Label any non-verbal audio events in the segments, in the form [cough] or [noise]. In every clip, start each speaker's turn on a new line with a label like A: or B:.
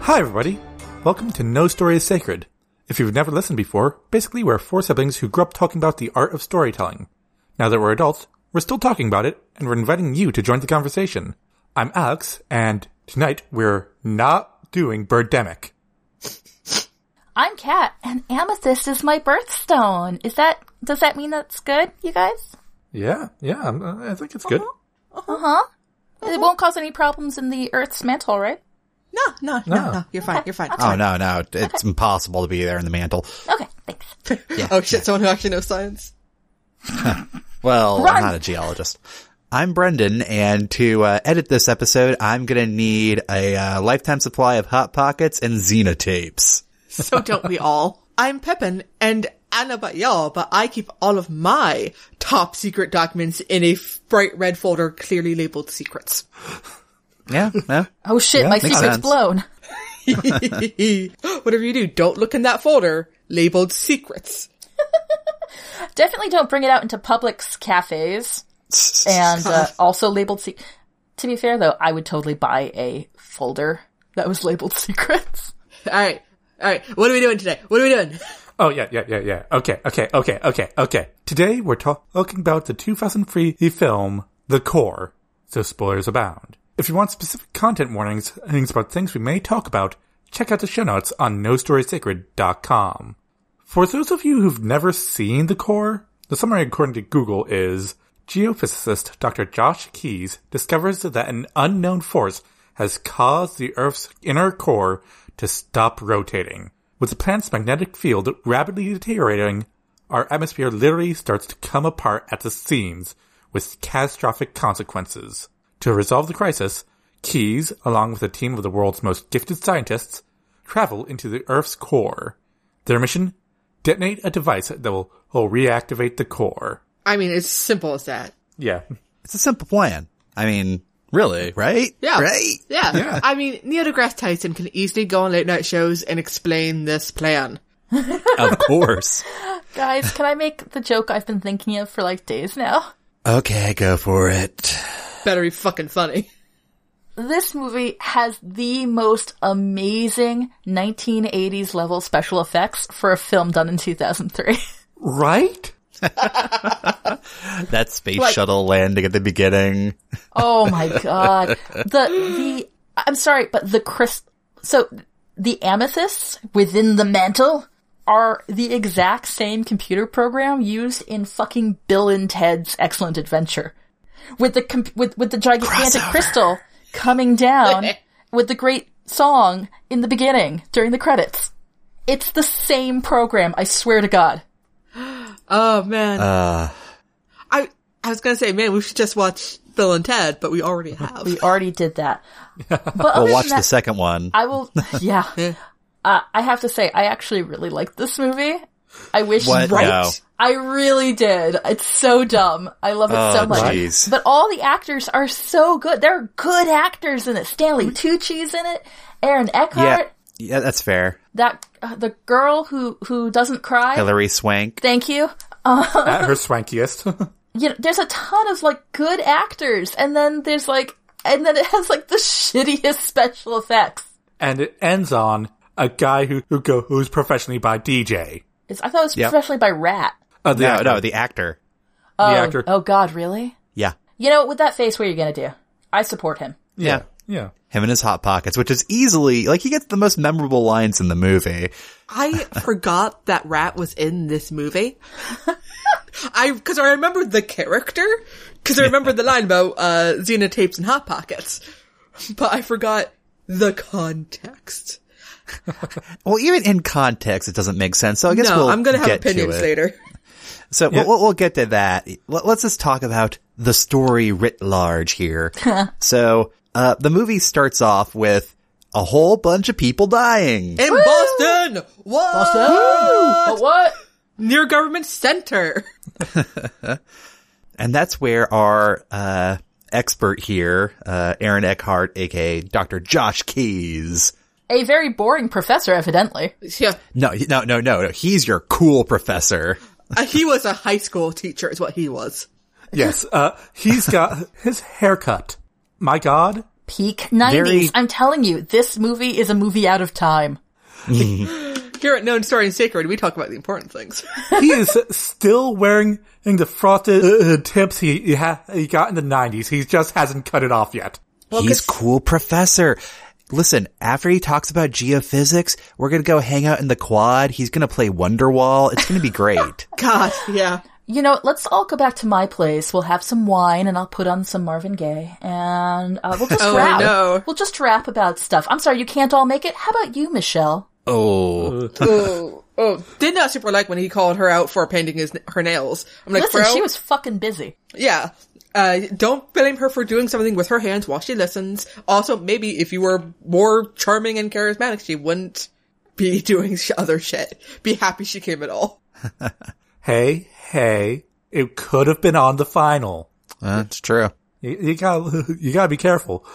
A: Hi, everybody. Welcome to No Story is Sacred. If you've never listened before, basically we're four siblings who grew up talking about the art of storytelling. Now that we're adults, we're still talking about it, and we're inviting you to join the conversation. I'm Alex, and tonight we're not doing Birdemic.
B: I'm Kat, and amethyst is my birthstone. Is that does that mean that's good, you guys?
A: Yeah, yeah, I'm- I think it's good.
B: Uh huh. It won't cause any problems in the Earth's mantle, right?
C: No, no, no, no. You're fine. You're fine.
D: Oh no, no, it- it's impossible to be there in the mantle.
B: Okay, thanks.
C: Oh shit! Someone who actually knows science.
D: Well,
B: Run.
D: I'm not a geologist. I'm Brendan, and to uh, edit this episode, I'm gonna need a uh, lifetime supply of hot pockets and xenotapes.
C: So don't we all? [laughs] I'm Pepin, and I don't know about y'all, but I keep all of my top secret documents in a f- bright red folder, clearly labeled secrets. [laughs]
D: Yeah, [laughs] no,
B: Oh shit,
D: Yeah,
B: my
D: makes
B: secret's
D: sense.
B: blown.
C: Whatever you do, don't look in that folder labeled secrets.
B: Definitely don't bring it out into Publix cafes, and
D: [laughs]
B: uh, also labeled secret. To be fair, though, I would totally buy a folder that was labeled [laughs] secrets.
C: All right, all right. What are we doing today? What are we doing?
A: Oh, yeah, yeah, yeah, yeah. Okay, okay, okay, okay, okay. Today we're ta- talking about the 2003 film, The Core, so spoilers abound. If you want specific content warnings and things about things we may talk about, check out the show notes on nostorysacred.com. For those of you who've never seen The Core, the summary according to Google is Geophysicist Dr. Josh Keyes discovers that an unknown force has caused the Earth's inner core to stop rotating. With the planet's magnetic field rapidly deteriorating, our atmosphere literally starts to come apart at the seams with catastrophic consequences. To resolve the crisis, Keyes, along with a team of the world's most gifted scientists, travel into the Earth's core. Their mission? Detonate a device that will, will reactivate the core.
C: I mean, it's simple as that.
A: Yeah.
D: it's a simple plan. I mean, really, right?
C: Yeah.
D: right.
C: Yeah.
A: Yeah.
C: I mean, Neil deGrasse Tyson can easily go on late night shows and explain this plan.
D: [laughs] Of course.
B: Guys, can I make the joke I've been thinking of for like days now?
D: okay, go for it.
C: Better be fucking funny.
B: this movie has the most amazing 1980s level special effects for a film done in 2003.
A: Right?
D: That space shuttle landing at the beginning.
B: oh my god. The the I'm sorry, but the crisp so the amethysts within the mantle are the exact same computer program used in fucking Bill and Ted's Excellent Adventure. With the com- with with the gigantic crystal coming down with the great song in the beginning during the credits. It's the same program, I swear to god.
C: Oh man.
D: Uh,
C: I I was gonna say, man, we should just watch Bill and Ted, but we
D: [laughs]
C: already have.
B: We already did that. But other
D: we'll
B: than
D: watch the
B: that-
D: second one.
B: I
D: [laughs]
B: will. Yeah. uh, I have to say, I actually really liked this movie. I wish.
D: What?
C: right?
D: No.
B: I really did. It's so dumb. I love it so
D: Oh,
B: much.
D: jeez.
B: But all the actors are so good. There are good actors in it. Stanley Tucci's in it. Aaron Eckhart.
D: Mm-hmm. Yeah, yeah, that's fair.
B: That uh, the girl who who doesn't cry.
D: Hillary Swank.
B: Thank you.
A: At her swankiest. [laughs]
B: You know, there's a ton of like good actors, and then there's like, and then it has like the [laughs] shittiest special effects.
A: and it ends on a guy who, who go, who's professionally by DJ.
B: It's, I thought it was
D: Yeah.
B: especially by Rat.
A: Uh, the
D: no,
A: actor.
D: no, the actor.
B: oh,
A: actor.
B: Oh God, really?
D: Yeah,
B: You know, with that face, what are you gonna do? I support him.
A: yeah. Yeah.
D: him and his hot pockets, which is easily like he gets the most memorable lines in the movie.
C: I forgot that Rat was in this movie. [laughs] I because I remember the character because I remember the line about uh, xenotapes and hot pockets, but I forgot the context.
D: Well, even in context, it doesn't make sense. So I guess
C: no,
D: we'll
C: I'm gonna have
D: get to
C: opinions
D: it.
C: later.
D: So we'll- we'll, we'll get to that. Let- Let's just talk about the story writ
C: [laughs]
D: large here. so uh, the movie starts off with a whole bunch of people dying.
C: In Boston, what?
B: But what?
C: near government center?
D: And that's where our uh, expert here, uh, Aaron Eckhart, aka Dr. Josh Keys.
B: A very boring professor, evidently.
C: Yeah,
D: No, he- no, no, no, no. He's your cool professor.
C: Uh, he was a high school teacher, is what he was.
A: [laughs] Yes. Uh, he's got his haircut. My God,
B: Peak 90s.
D: Very-
B: I'm telling you, this movie is a movie out of time.
C: Here at Known Story and Sacred, we talk about the important things.
A: he is still wearing the frothed uh, tips he he, ha- he got in the 90s. He just hasn't cut it off yet.
D: He's cool professor. Listen, after he talks about geophysics, we're going to go hang out in the quad. He's going to play Wonderwall. It's going to be great.
C: God, yeah.
B: You know, let's all go back to my place. We'll have some wine and I'll put on some Marvin Gaye and uh, we'll just
C: [laughs] Oh, I
B: rap.
C: know.
B: We'll just rap about stuff. I'm sorry, you can't all make it. How about you, Michelle?
D: oh,
C: oh, oh. Did not super like when he called her out for painting his her nails. I'm like,
B: Listen,
C: bro,
B: she was fucking busy.
C: yeah. Uh, don't blame her for doing something with her hands while she listens. Also, maybe if you were more charming and charismatic, she wouldn't be [laughs] doing sh- other shit. Be happy she came at all.
A: Hey, hey, it could have been on the final.
D: that's true.
A: You, you gotta, [laughs] you gotta be careful.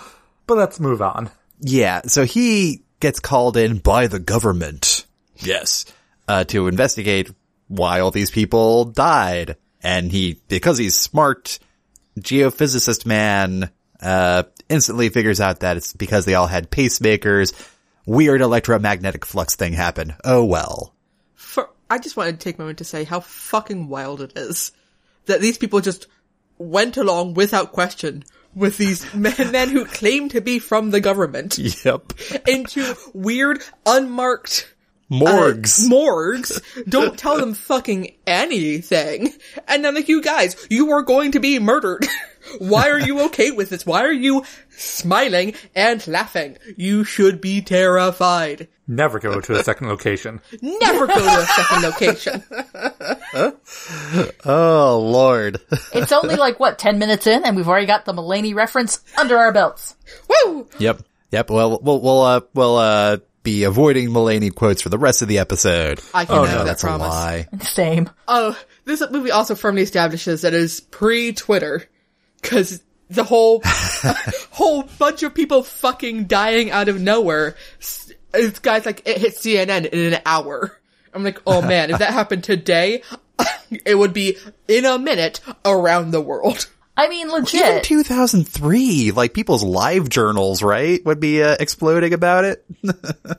A: But let's move on.
D: Yeah, so he gets called in by the government. Yes. Uh, to investigate why all these people died. And he, because he's smart, geophysicist man, uh, instantly figures out that it's because they all had pacemakers. Weird electromagnetic flux thing happened. Oh well.
C: For, I just wanted to take a moment to say how fucking wild it is that these people just went along without question with these [laughs] men, men who claim to be from the government
D: Yep.
C: into weird, unmarked
D: Morgues.
C: Uh, morgues. Don't tell them fucking anything. And I'm like, you guys, you are going to be murdered. [laughs] Why are you okay with this? Why are you smiling and laughing? You should be terrified.
A: Never go to a second location. [laughs]
C: Never go to a second location.
D: oh lord. [laughs]
B: It's only like, what, 10 minutes in and we've already got the Mulaney reference under our belts. [laughs]
C: Woo!
D: yep. Yep. Well, we'll, we'll, uh, we'll, uh, be avoiding Mulaney quotes for the rest of the episode.
C: I can
D: oh,
C: have
D: no,
C: that
D: that's
C: promise.
D: a lie.
B: Same.
C: Oh, this movie also firmly establishes that it is pre-Twitter, because the whole [laughs] whole bunch of people fucking dying out of nowhere. s- It's guys like it hit CNN in an hour. I'm like, oh man, if that happened today, [laughs] it would be in a minute around the world. [laughs]
B: I mean,
D: Even
B: legit.
D: 2003, like people's live journals, right, would be uh, exploding about it.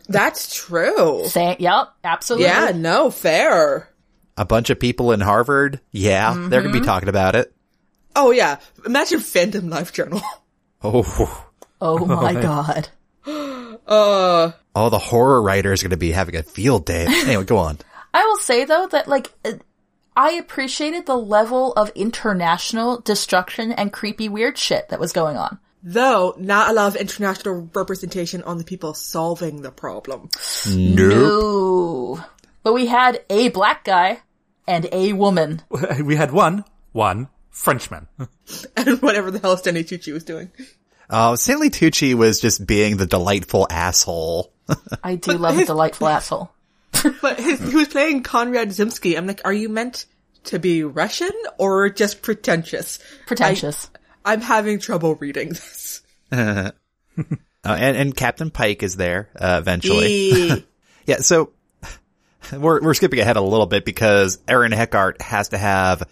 C: That's true.
B: Same. Yep, absolutely.
C: Yeah, no, fair.
D: A bunch of people in Harvard, yeah, they're gonna be talking about it.
C: Oh yeah, imagine Phantom Life Journal. [laughs]
D: Oh,
B: Oh my god.
C: Uh,
D: all the horror writers are gonna be having a field day. Anyway, go on.
B: I will say though that like uh, I appreciated the level of international destruction and creepy weird shit that was going on.
C: Though not a lot of international representation on the people solving the problem.
D: Nope.
B: Ooh. But we had a black guy and a woman.
A: We had one, one Frenchman.
C: [laughs] and whatever the hell Stanley Tucci was doing.
D: Uh, Stanley Tucci was just being the delightful asshole.
B: I do love a delightful asshole.
C: But his, he was playing Konrad Zimski. I'm like, are you meant to be Russian or just pretentious?
B: Pretentious.
C: I'm having trouble reading this.
D: Uh, and, and Captain Pike is there uh, eventually.
C: Eee.
D: Yeah, so [sighs] we're we're skipping ahead a little bit because Aaron Heckart has to have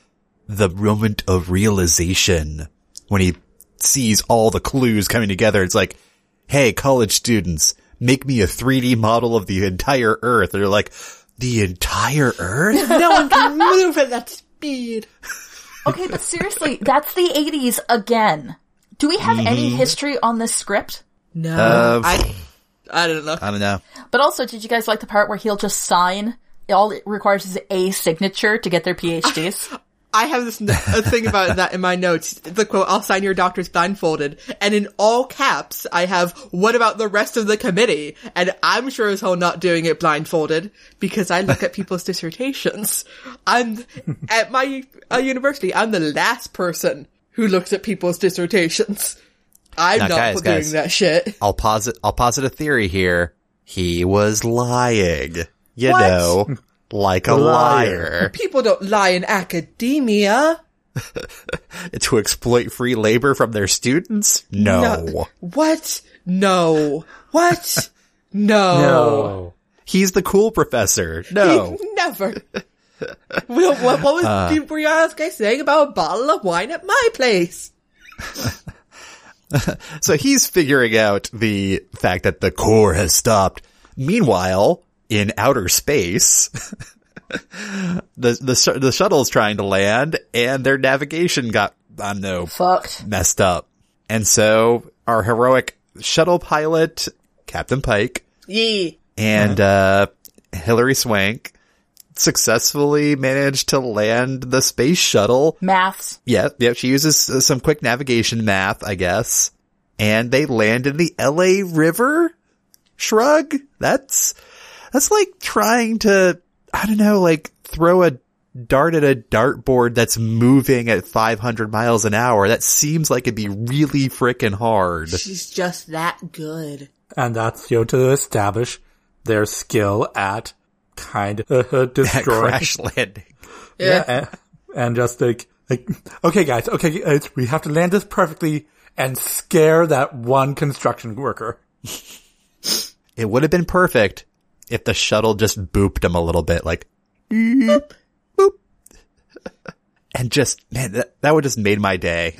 D: the moment of realization when he sees all the clues coming together. It's like, hey, college students, make me a 3D model of the entire Earth. They're like, the entire [laughs]
C: [laughs]
D: Earth?
C: no one can move at that speed.
B: okay, but seriously, that's the 80s again. Do we have any history on this script?
C: No,
D: Uh,
C: I, I don't know.
D: I don't know.
B: But also, did you guys like the part where he'll just sign? All it requires is a signature to get their PhDs.
C: I have this n- a thing about that in my notes. The quote, I'll sign your doctors blindfolded. And in all caps, I have, what about the rest of the committee? And I'm sure as hell not doing it blindfolded because I
D: [laughs]
C: look at people's dissertations. I'm, at my uh, university, I'm the last person who looks at people's dissertations. I'm
D: Now,
C: not
D: guys,
C: doing
D: guys.
C: that shit.
D: I'll posit I'll posit a theory here. He was lying. You
C: What?
D: know. Like a liar. [laughs]
A: Liar.
C: People don't lie in academia.
D: To exploit free labor from their students? no.
C: What? No.
D: [laughs]
C: What? No.
D: He's the cool professor.
C: [laughs]
D: No.
C: Never. Well, what, what was the were you guys saying about a bottle of wine at my place?
D: So he's figuring out the fact that the core has stopped. Meanwhile, in outer space, [laughs] the, the sh- the shuttle's trying to land and their navigation got I don't know
B: Fucked.
D: messed up. And so our heroic shuttle pilot, Captain Pike,
C: Yee.
D: and uh, Hillary Swank successfully managed to land the space shuttle
B: Maths.
D: yeah, yeah. She uses uh, some quick navigation math, I guess. And they land in the LA River? Shrug? That's, that's like trying to, I don't know, like throw a dart at a dartboard that's moving at 500 miles an hour. That seems like it'd be really frickin' hard.
C: She's just that good.
A: And that's you know, to establish their skill at kind of [laughs]
D: That
A: destroying.
D: crash landing.
A: Yeah. And, and just like, like, okay guys, okay, guys, we have to land this perfectly and scare that one construction worker.
D: It would have been perfect if the shuttle just booped him a little bit, like boop, [laughs] boop, and just man, that, that would just made my day.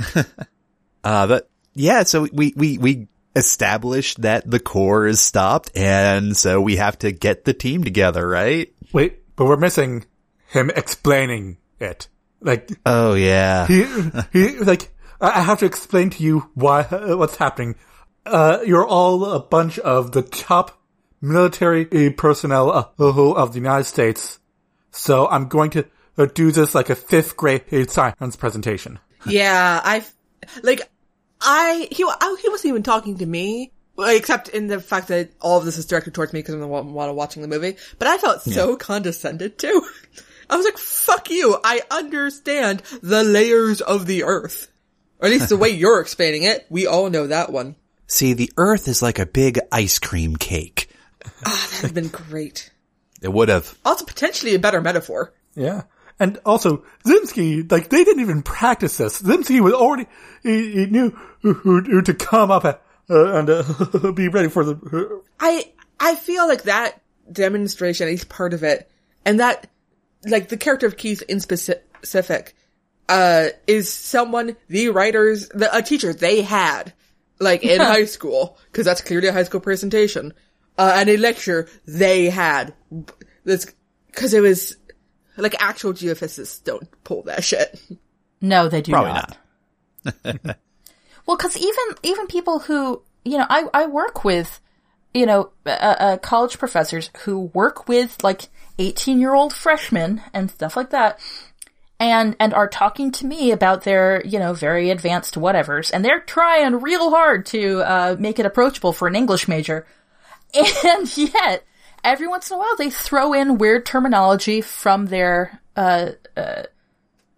D: [laughs] uh, but yeah, so we we we established that the core is stopped, and so we have to get the team together, right?
A: Wait, but we're missing him explaining it. Like,
D: Oh yeah,
A: he, he, like, I I have to explain to you why, uh, what's happening. Uh, you're all a bunch of the top military uh, personnel uh, uh, of the United States. So I'm going to uh, do this like a fifth grade uh, science presentation.
C: Yeah, I've like I he I, he wasn't even talking to me, well, except in the fact that all of this is directed towards me because I'm the one one watching the movie. But I felt so condescended to. [laughs] I was like, "Fuck you! I understand the layers of the Earth, or at least the way you're explaining it. We all know that one.
D: see, the Earth is like a big ice cream cake.
C: That'd have been great.
D: It would have.
C: Also, potentially a better metaphor.
A: Yeah. And also, Zimsky, like, they didn't even practice this. Zimsky was already, he, he knew who, who, who to come up at, uh, and uh, [laughs] be ready for the,
C: I I feel like that demonstration, at least part of it, and that like the character of Keith in speci- specific, uh, is someone the writers, the, a teacher they had, like [laughs] in high school, because that's clearly a high school presentation, uh, and a lecture they had. That's because it was like actual geophysicists don't pull that shit.
B: No, they do
D: Probably
B: not.
D: not.
B: Well, because even even people who you know, I I work with you know uh, uh, college professors who work with like eighteen year old freshmen and stuff like that, and and are talking to me about their you know very advanced whatevers, and they're trying real hard to uh, make it approachable for an English major, [laughs] and yet every once in a while they throw in weird terminology from their uh, uh,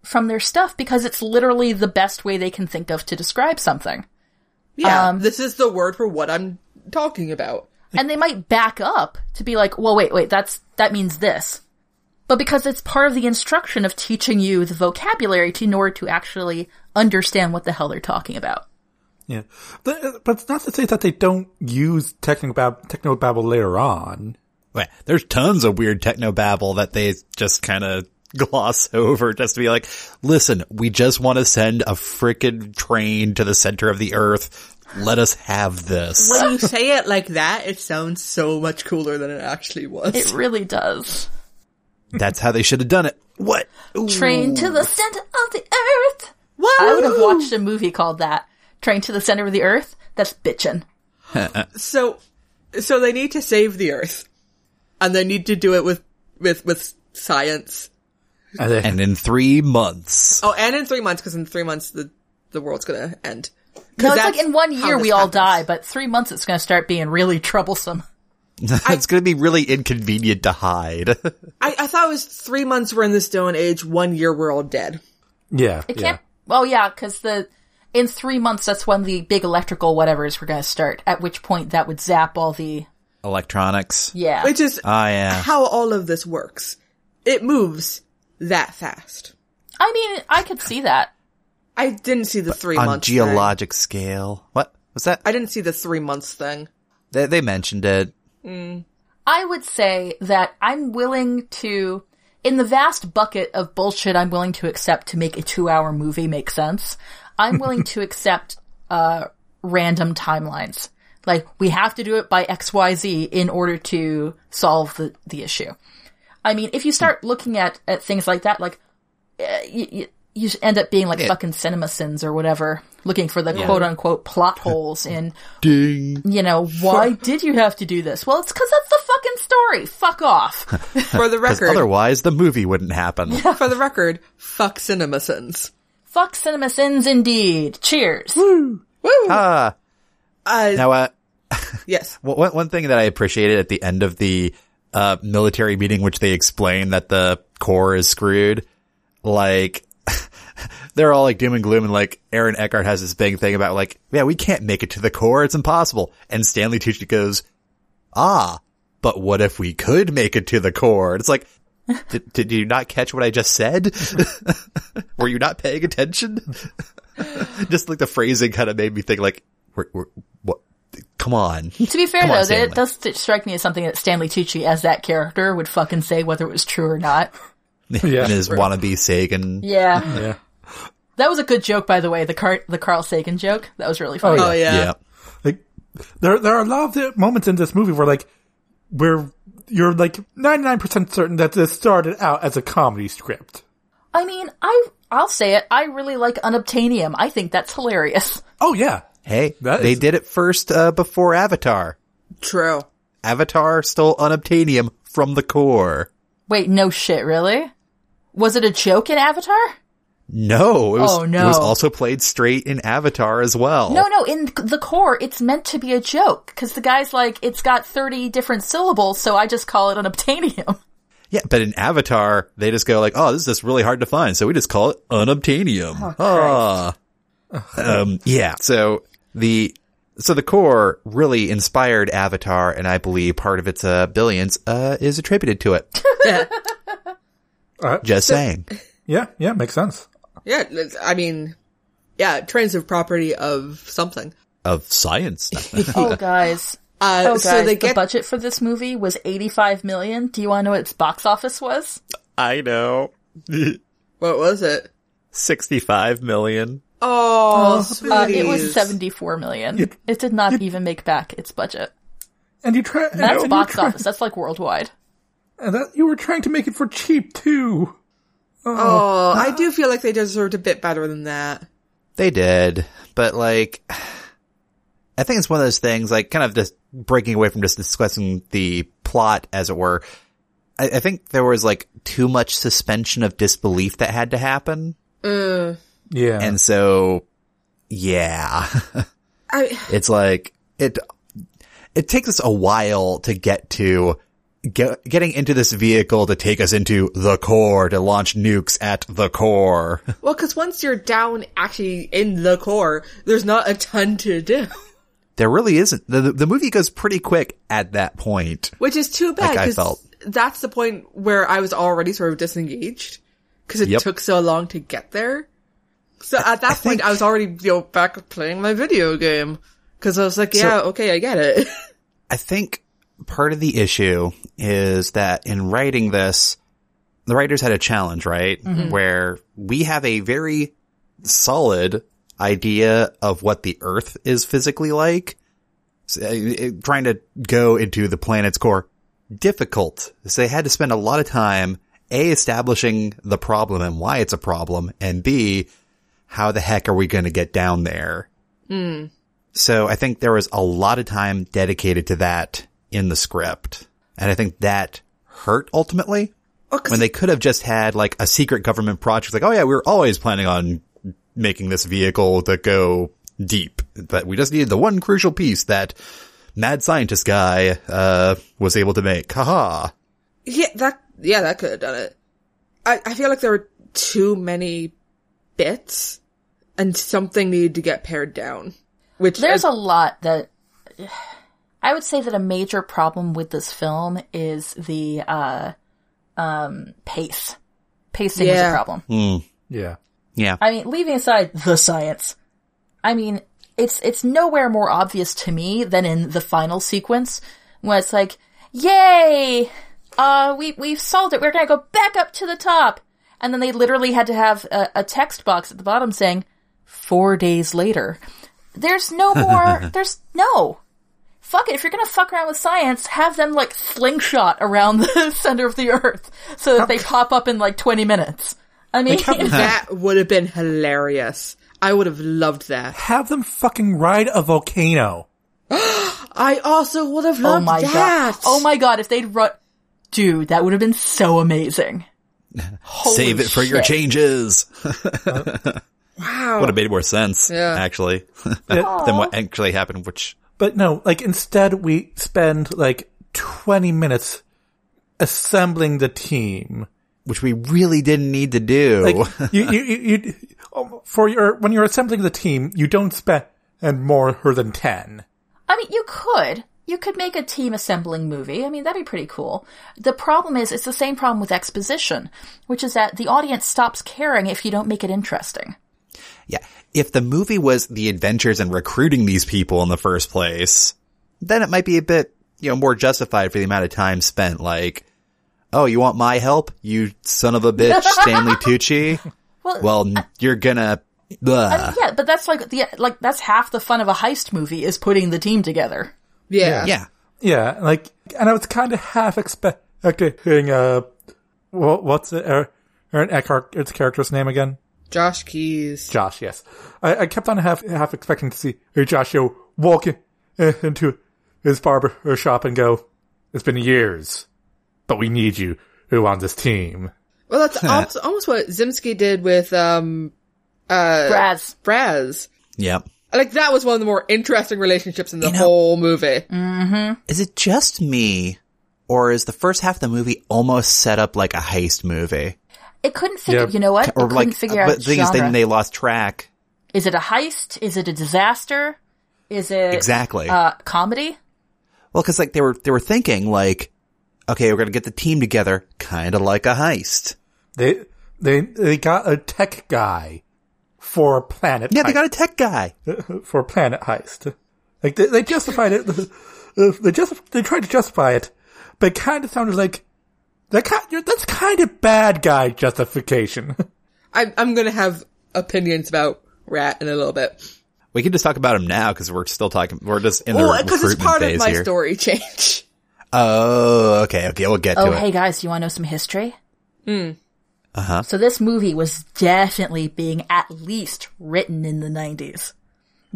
B: from their stuff because it's literally the best way they can think of to describe something.
C: Yeah,
B: Um,
C: this is the word for what I'm talking about.
B: and they might back up to be like, well, wait, wait, that's, that means this. But because it's part of the instruction of teaching you the vocabulary to, in order to actually understand what the hell they're talking about.
A: yeah. But, but it's not to say that they don't use technobab, technobabble later on.
D: Wait, there's tons of weird techno babble that they just kind of gloss [laughs] over just to be like, listen, we just want to send a frickin' train to the center of the earth. Let us have this.
C: [laughs] When you say it like that, it sounds so much cooler than it actually was.
B: It really does.
D: That's how they should have done it. What? Ooh.
B: Train to the center of the earth.
C: Woo!
B: I would have watched a movie called that. Train to the center of the earth. That's bitchin'.
C: So, so they need to save the Earth, and they need to do it with with with science.
A: And they-
D: And in three months. [laughs]
C: Oh, and in three months, because in three months the the world's gonna end. 'Cause
B: No, it's
C: that's
B: like in one
C: how
B: year
C: this
B: we all
C: happens.
B: die, but three months it's going to start being really troublesome.
D: it's going to be really inconvenient to hide. [laughs]
C: I, I thought it was three months we're in the Stone Age, one year we're all dead.
A: yeah.
B: It
A: yeah.
B: can't. Well, yeah, because the in three months that's when the big electrical whatevers were going to start. At which point that would zap all the
D: Electronics.
B: yeah.
C: Which is
D: Ah, yeah.
C: how all of this works. It moves that fast.
B: I mean, I could see that.
C: I didn't see the three
D: On
C: months Thing.
D: geologic scale. What was that?
C: I didn't see the three months thing.
D: They, they mentioned it.
B: I would say that I'm willing to, in the vast bucket of bullshit I'm willing to accept to make a two hour movie make sense, I'm willing to accept, uh, random timelines. Like we have to do it by XYZ in order to solve the, the issue. I mean, if you start looking at, at things like that, like uh, you, you, you just end up being like fucking cinema sins or whatever, looking for the quote unquote plot holes in,
D: Ding.
B: you know, why did you have to do this? Well, it's cause that's the fucking story. Fuck off.
C: For the
D: Because
C: record,
D: otherwise the movie wouldn't
C: [laughs]
D: happen.
C: for the record, fuck CinemaSins.
B: Fuck cinema sins indeed. Cheers.
C: Woo!
D: Ah.
C: Uh,
D: Now, uh,
C: yes.
D: Well, One, one thing that I appreciated at the end of the uh, military meeting, which they explain that the core is screwed, like [laughs] they're all like doom and gloom, and like Aaron Eckhart has this big thing about like, yeah, we can't make it to the core; it's impossible. And Stanley Tucci goes, ah, but what if we could make it to the core? And it's like. [laughs] Did, did you not catch what I just said? [laughs] Were you not paying attention? [laughs] just like the phrasing kind of made me think like, we're, we're, what? Come on. [laughs]
B: To be fair
D: Come on,
B: though, that
D: Stanley.
B: it does st- strike me as something that Stanley Tucci as that character would fucking say whether it was true or not.
A: Yeah.
D: and his wannabe Sagan.
B: Yeah.
A: Yeah.
B: That was a good joke, by the way. The Car- the Carl Sagan joke. That was really funny.
A: yeah.
C: Oh yeah.
D: Yeah.
A: Like there there are a lot of the moments in this movie where like where you're like 99% certain that this started out as a comedy script.
B: I mean, I I'll say it. I really like Unobtainium. I think that's hilarious.
A: Oh yeah.
D: Hey,
A: That
D: they
A: is-
D: did it first uh, before Avatar.
C: True. [laughs]
D: Avatar stole unobtainium from the core.
B: Wait, no shit, really? Was it a joke in Avatar?
D: No, it was,
B: Oh, no.
D: it was also played straight in Avatar as well.
B: No, no. In the core, it's meant to be a joke because the guy's like, it's got thirty different syllables, so I just call it Unobtainium.
D: Yeah, but in Avatar, they just go like, "Oh, this is just really hard to find," so we just call it unobtainium.
B: Oh,
D: ah, um, yeah. So the so the core really inspired Avatar, and I believe part of its uh, billions uh, is attributed
B: [laughs]
D: to it.
C: Yeah.
D: Just saying.
A: Uh, Yeah, yeah, makes sense.
C: Yeah. it's- I mean, yeah. Transitive property of something.
D: of science.
B: [laughs]
D: [laughs]
B: oh, guys.
C: Uh,
B: Oh, guys,
C: so they
B: the
C: get
B: budget for this movie was 85 million. Do you want to know what its box office was?
D: I know.
C: what was it?
D: 65 million.
C: Oh, sweeties.
B: Uh, it was 74 million. it did not even make back its budget.
A: And you try and
B: That's
A: you
B: box
A: try-
B: office. That's like
C: [laughs]
B: worldwide.
A: And that you were trying to make it for cheap too.
C: Oh, I do feel like they deserved a bit better than that.
D: They did. But like, I think it's one of those things, like kind of just breaking away from just discussing the plot, as it were. I, I think there was like too much suspension of disbelief that had to happen.
A: Yeah.
D: And so, yeah, [laughs]
C: I,
D: it's like, it, it takes us a while to get to get, getting into this vehicle to take us into the core to launch nukes at the core. [laughs]
C: well, because once you're down actually in the core, there's not a ton to do,
D: There really isn't. The, the, the movie goes pretty quick at that point.
C: which is too bad.
D: Like I
C: 'cause
D: felt.
C: that's the point where I was already sort of disengaged because it
D: Yep.
C: took so long to get there. So at that point, I was already you know, back playing my video game because I was like, yeah, okay, I get it. [laughs]
D: I think part of the issue is that in writing this, the writers had a challenge, right? Where we have a very solid idea of what the Earth is physically like. So, uh, it- trying to go into the planet's core, difficult. So they had to spend a lot of time, A, establishing the problem and why it's a problem, and B, how the heck are we going to get down there? So I think there was a lot of time dedicated to that in the script. And I think that hurt ultimately when they could have just had like a secret government project like, oh yeah, we were always planning on making this vehicle to go deep, but we just needed the one crucial piece that mad scientist guy, uh, was able to make. Haha.
C: Yeah, that yeah, that could have done it. I, I feel like there were too many bits, and something needed to get pared down. Which uh,
B: There's a lot that I would say that a major problem with this film is the uh, um, pace. Pacing is a
C: Yeah.
B: problem.
A: yeah.
D: Yeah.
B: I mean, leaving aside the science, I mean, it's it's nowhere more obvious to me than in the final sequence when it's like, "Yay! Uh, we we've solved it. We're gonna go back up to the top." And then they literally had to have a, a text box at the bottom saying, four days later." There's no more. there's no. Fuck it. If you're gonna fuck around with science, have them like slingshot around [laughs] the center of the Earth so that they pop up in like 20 minutes. I mean, [laughs]
D: [laughs]
C: that would have been hilarious. I would have loved that.
A: Have them fucking ride a volcano.
C: I also would have
B: oh
C: loved
B: my
C: that.
B: god. Oh my god. If they'd run, dude, that would have been so [laughs] amazing. Holy
D: Save it for your
B: shit.
D: changes.
C: wow.
D: Would have made more sense,
C: Yeah.
D: actually, [laughs] than what actually happened, which
A: But no, like instead we spend like 20 minutes assembling the team.
D: which we really didn't need to do.
A: Like you, you, you, you, oh, for your, when you're assembling the team, you don't spend more than 10.
B: I mean, you could. You could make a team assembling movie. I mean, that'd be pretty cool. The problem is, it's the same problem with exposition, which is that the audience stops caring if you don't make it interesting.
D: Yeah. If the movie was the adventures in recruiting these people in the first place, then it might be a bit, you know, more justified for the amount of time spent. Like, oh, you want my help? You son of
B: [laughs]
D: a bitch, Stanley Tucci?
B: Well,
D: Well, n- you're gonna,
B: I
D: Ugh.
B: mean, yeah, but that's like the like that's half the fun of a heist movie is putting the team together.
C: yeah.
D: yeah.
A: Yeah, like, and I was kind of half expecting, uh, wha- what's it, Er- Aaron Eckhart, its character's name again?
C: Josh Keys.
A: Josh, yes. I, I kept on half, half expecting to see Joshua walk in, uh, into his barber shop and go, it's been years, but we need you who on this team.
C: Well,
D: [laughs]
C: that's almost, almost what Zimsky did with um
B: Uh, Whereas
C: Braz.
D: Yeah.
C: Like that was one of the more interesting relationships in the whole movie.
D: Is it just me? Or is the first half of the movie almost set up like a heist movie?
B: it couldn't figure.
A: Yeah.
B: You know what? It
D: Or
B: couldn't
D: like,
B: figure
D: but
B: out
D: the thing is
B: genre.
D: then they lost track.
B: is it a heist? Is it a disaster? Is it
D: Exactly.
B: uh, comedy?
D: Well, cause like they were, they were thinking like, okay, we're gonna get the team together, kinda like a heist.
A: They, they, they got a tech guy for a planet.
D: Yeah, they
A: heist.
D: got a tech guy.
A: [laughs] for Planet Heist. Like they, they justified it. [laughs] They just they tried to justify it, but it kind of sounded like that kind that's kind of bad guy justification. [laughs]
C: I, I'm gonna have opinions about Rat in a little bit.
D: We can just talk about him now because we're still talking. We're just in the
C: Well, because
D: recruitment
C: it's part
D: phase
C: of my
D: here.
C: story [laughs] change.
D: Oh, okay, okay. We'll get to
B: Oh,
D: it.
B: hey guys, you want to know some history? Hmm. Uh huh. So this movie was definitely being at least written in the 90s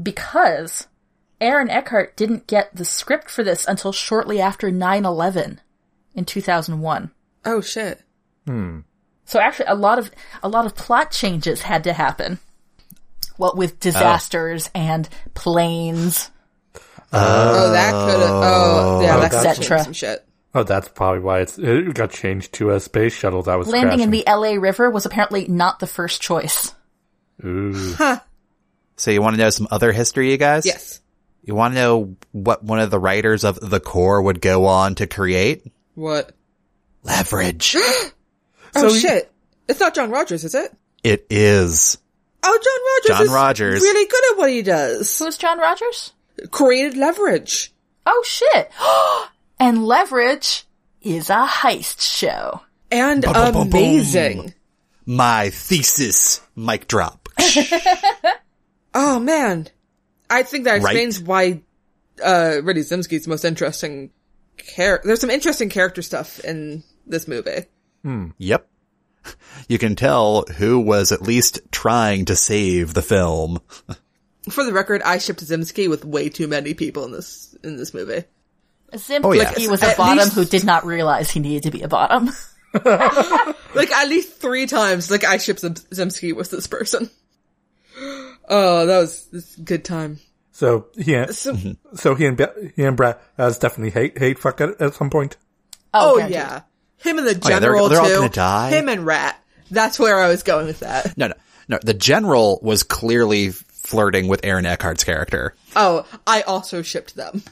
B: because Aaron Eckhart didn't get the script for this until shortly after 9/11 in 2001.
C: Oh shit.
B: So actually a lot of a lot of plot changes had to happen. What with disasters and planes.
C: Oh, that could have. Oh, yeah, that could
B: that's-
C: have changed some shit.
A: oh, that's probably why it's it got changed to a space shuttle that was
B: Landing in the LA River was apparently not the first choice.
D: So you want to know some other history, you guys?
C: Yes.
D: You want to know what one of the writers of The Core would go on to create?
C: What?
D: Leverage.
C: Oh shit! It's not John Rogers, is it?
D: it is.
C: Oh, John Rogers.
D: John
C: is
D: Rogers.
C: really good at what he does.
B: Who's John Rogers?
C: Created leverage.
B: Oh shit! [gasps] and Leverage is a heist show.
C: And
D: bum, bum, bum.
C: amazing.
D: My thesis. Mic
C: [laughs]
D: drop.
C: Oh man, I think that
D: Right.
C: explains why uh Ridley Zimsky's the most interesting character. There's some interesting character stuff in this movie.
D: yep. You can tell who was at least trying to save the film.
C: For the record, I shipped Zimsky with way too many people in this in this movie.
B: Zimsky
D: Oh, yeah.
B: was a
C: At
B: bottom
C: least-
B: who did not realize he needed to be a bottom. [laughs]
C: Like at least three times, like I shipped Zim- Zimsky with this person. [gasps] Oh, that was, this is a good time.
A: so he and-
C: So,
A: [laughs] so he and Be- he and Brad as definitely hate hate fucked at, at some point.
C: oh
B: guaranteed.
C: yeah, him and the
D: Oh, yeah, they're-
C: general
D: they're all
C: too.
D: gonna die.
C: Him and Rat. That's where I was going with that.
D: No, no, no. The general was clearly flirting with Aaron Eckhart's character.
C: Oh, I also shipped them.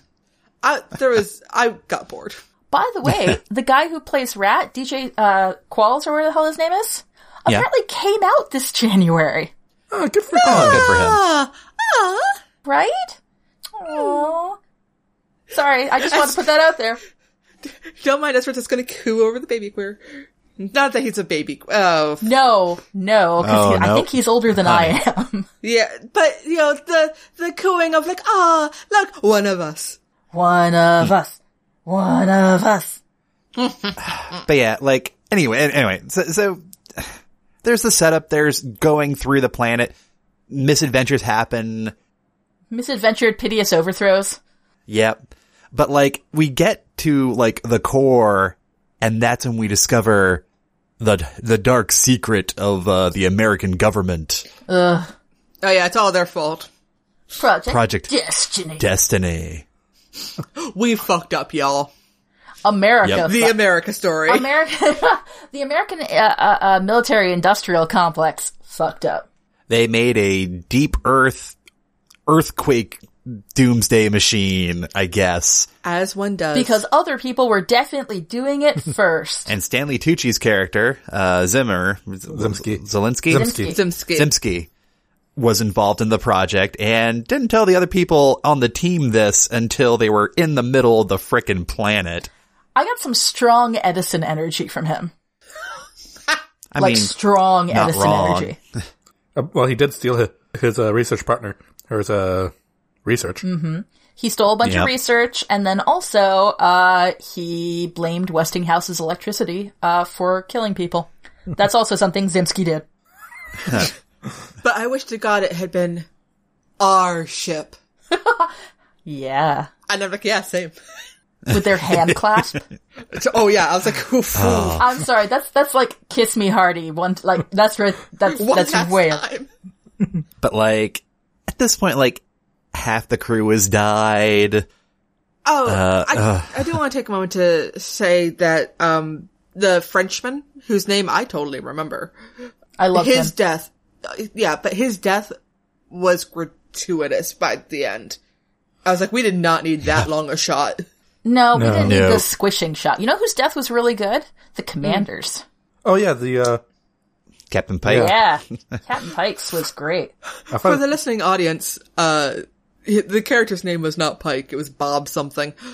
C: I there was I got bored.
B: By the
D: [laughs]
B: way, the guy who plays Rat, DJ uh, Qualls or whatever the hell his name is,
D: Yeah.
B: apparently came out this [laughs] January,
A: Oh, good for
D: Oh,
A: him.
D: good for him.
B: right? Aww. Sorry, I just wanted to put that out there.
C: Don't mind us, we're just gonna coo over the baby queer. Not that he's a baby. Oh,
B: No, no, because
D: Oh,
B: I
D: no.
B: think he's older than I am. [laughs]
C: yeah. But you know the the cooing of like, ah, look, one of us.
B: One of us. One of us.
D: But yeah, like anyway, an- anyway. So, so there's the setup. There's going through the planet. Misadventures happen.
B: Misadventured, piteous overthrows.
D: Yep. But like we get to like the core, and that's when we discover the the dark secret of uh, the American government
C: Oh yeah, it's all their fault.
B: Project,
D: Project-
B: Destiny.
D: destiny.
C: We fucked up, y'all.
B: America.
D: Yep.
B: fu-
C: The America story.
B: American, [laughs] the American uh, uh, uh, military-industrial complex fucked up.
D: They made a deep Earth earthquake doomsday machine, I guess.
C: As one does.
B: because other people were definitely doing
D: [laughs]
B: it first.
D: And Stanley Tucci's character, uh, Zimmer, Zimsky,
A: Zemsky.
D: Zelensky,
A: Zemsky.
C: Zimski.
D: Zimsky was involved in the project and didn't tell the other people on the team this until they were in the middle of the frickin' planet.
B: I got some strong Edison energy from him,
D: I
B: like
D: mean,
B: strong
D: not
B: Edison
D: wrong.
B: energy.
A: Uh, well, he did steal his, his uh, research partner or his uh, research.
B: He stole a bunch
D: Yep.
B: of research, and then also uh, he blamed Westinghouse's electricity uh, for killing people. That's also something Zimsky did.
C: But I wish to God it had been our ship.
B: Yeah,
C: And I'm like, yeah, same.
B: with their
D: [laughs]
B: hand clasp.
C: So- oh yeah, I was like, oof.
B: I'm sorry, that's that's like kiss me hardy. One like that's right. That's
C: One
B: that's
C: last
B: where.
C: time.
D: but like, at this point, like, half the crew has died.
C: Oh,
B: Uh,
C: I, I do want to take a moment to say that um, the Frenchman, whose name I totally remember,
B: I love
C: his
B: him.
C: death, yeah, but his death was gratuitous by the end. I was like, we did not need that long a shot.
B: No, we didn't
D: No.
B: need the squishing shot. You know whose death was really good? The commanders.
A: Oh yeah, the uh,
D: Captain Pike.
B: Yeah, Captain Pikes was great.
A: I
C: For
A: found
C: the listening audience, uh, hi- the character's name was not Pike; it was Bob something. [gasps]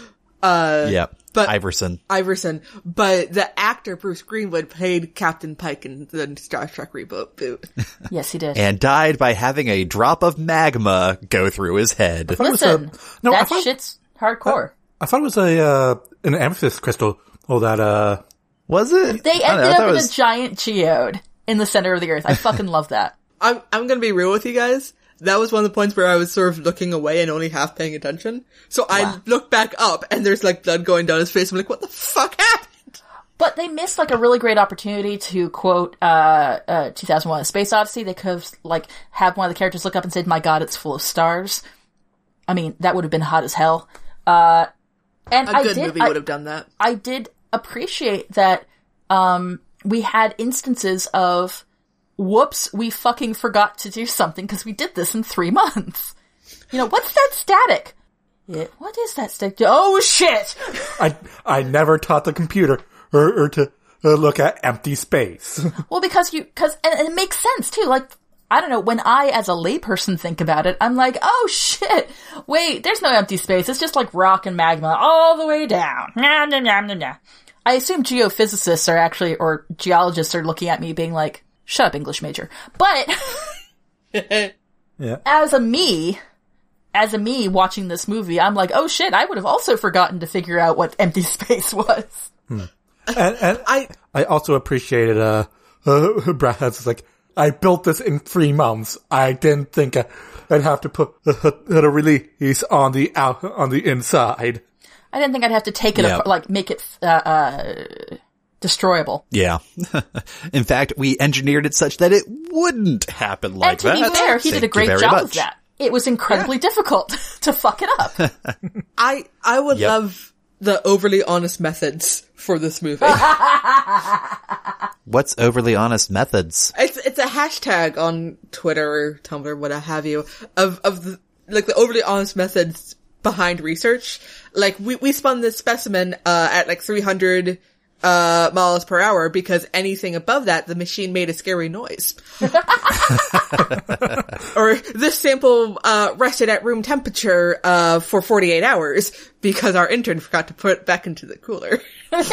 C: Uh,
D: Yep.
C: But-
D: Iverson.
C: Iverson, but the actor Bruce Greenwood played Captain Pike in the Star Trek reboot. [laughs] Boot.
B: Yes, he did.
D: And died by having a drop of magma go through his head.
A: thought it was
B: Listen,
A: a- no, I
B: that
A: thought-
B: shit's hardcore.
A: I thought it was a uh, an amethyst crystal. Oh, that uh,
D: Was it?
B: They
D: I don't know,
B: ended
D: I thought
B: up
D: it
B: in
D: was-
B: a giant geode in the center of the earth. I fucking love that.
C: I'm I'm gonna be real with you guys. That was one of the points where I was sort of looking away and only half paying attention. So I look back up and there's like blood going down his face. I'm like, what the fuck happened?
B: But they missed like a really great opportunity to quote uh, uh, 2001: A Space Odyssey. They could have like have one of the characters look up and said, "My God, it's full of stars." I mean, that would have been hot as hell. Uh, and
C: A
B: I
C: good
B: did,
C: movie
B: I-
C: would have done that.
B: [laughs] I did appreciate that um, we had instances of whoops, we fucking forgot to do something because we did this in three months. You know, what's that static? Yeah, what is that static? Oh shit!
A: I I never taught the computer or, or to uh, look at empty space.
B: Well, because you, because, and, and it makes sense too. Like, I don't know, when I, as a layperson, think about it, I'm like, oh shit! Wait, there's no empty space. It's just like rock and magma all the way down. [laughs] Nah, nah, nah, nah, nah. I assume geophysicists are actually, or geologists are looking at me being like, shut up, English major. But,
A: Yeah.
B: as a me, as a me watching this movie, I'm like, oh shit, I would have also forgotten to figure out what empty [laughs] space was.
A: [laughs] and, and I I also appreciated uh, [laughs] uh Brad was like I built this in three months. I didn't think I, I'd have to put uh, a release on the out on the inside.
B: I didn't think I'd have to take it,
D: Yeah.
B: apart, like, make it, uh, uh, destroyable.
D: Yeah. [laughs] In fact, we engineered it such that it wouldn't happen like
B: and to
D: that.
B: be fair, he did
D: Thank
B: a
D: you
B: great
D: very
B: job of
D: much.
B: that. It was incredibly difficult [laughs] to fuck it
C: [laughs]
B: up.
C: I I would
D: Yep.
C: love the overly honest methods for this [laughs] movie.
D: What's overly honest methods?
C: it's it's a hashtag on Twitter, Tumblr, what have you, of of the, like the overly honest methods behind research. Like we we spun this specimen uh, at like 300 uh, miles per hour because anything above that, the machine made a scary noise. or this sample uh, rested at room temperature
B: [laughs]
C: uh, for 48 hours because our intern forgot to put it back into the cooler. Things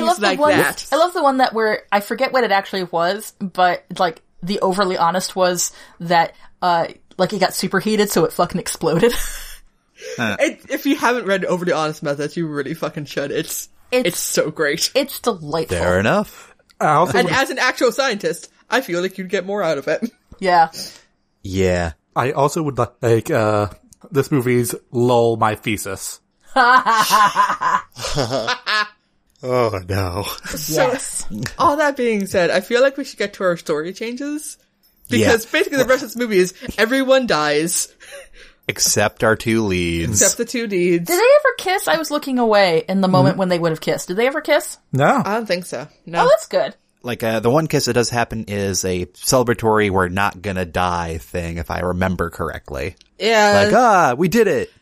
B: I love
C: like
B: the one,
C: that.
B: I love the one that where I forget what it actually was, but like the overly honest was that uh like it got superheated, so it fucking exploded. [laughs]
C: It, if you haven't read Overly Honest Methods, you really fucking should. It's
B: It's-
C: it's, so great.
B: it's delightful.
A: Oh.
D: Fair enough.
A: I also
C: And
A: would-
C: as an actual scientist, I feel like you'd get more out of it.
B: Yeah,
D: Yeah.
A: I also would li- like uh, this movie's lull my thesis. [laughs]
D: Oh no.
B: yes,
C: All that being said, I feel like we should get to our story changes. Because
D: Yeah.
C: basically the rest of this movie is everyone dies
D: Except our two leads.
C: except the two deeds.
B: Did they ever kiss? I was looking away in the
D: Mm-hmm.
B: moment when they would have kissed. Did they ever kiss?
A: No,
C: I don't think so.
B: Oh,
C: No.
B: that's good.
D: like uh, the one kiss that does happen is a celebratory "we're not gonna die" thing, if I remember correctly.
C: yeah.
B: Uh,
D: Like ah, we did it.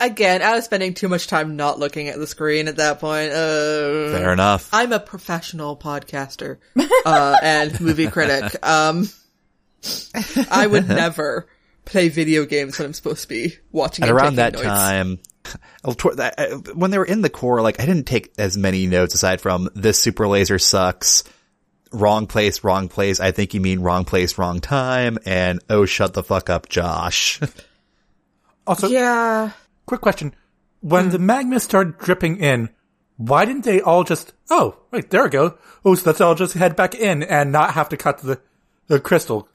C: Again, I was spending too much time not looking at the screen at that point. Uh,
D: Fair enough.
C: I'm a professional podcaster
D: [laughs]
C: uh, and movie critic. Um, I
D: [laughs]
C: would never play video games when I'm supposed to be watching.
D: and
C: and
D: around
C: taking
D: that
C: notes.
D: time, [laughs] well, toward that- uh, when they were in the core, like I didn't take as many notes aside from this super laser sucks, wrong place, wrong place. I think you mean wrong place, wrong time, and oh shut the fuck up, Josh. [laughs]
A: Also,
C: yeah,
A: quick question. When the magma started dripping in, why didn't they all just, oh, wait, there we go. Oh, so let's all just head back in and not have to cut the, the crystal.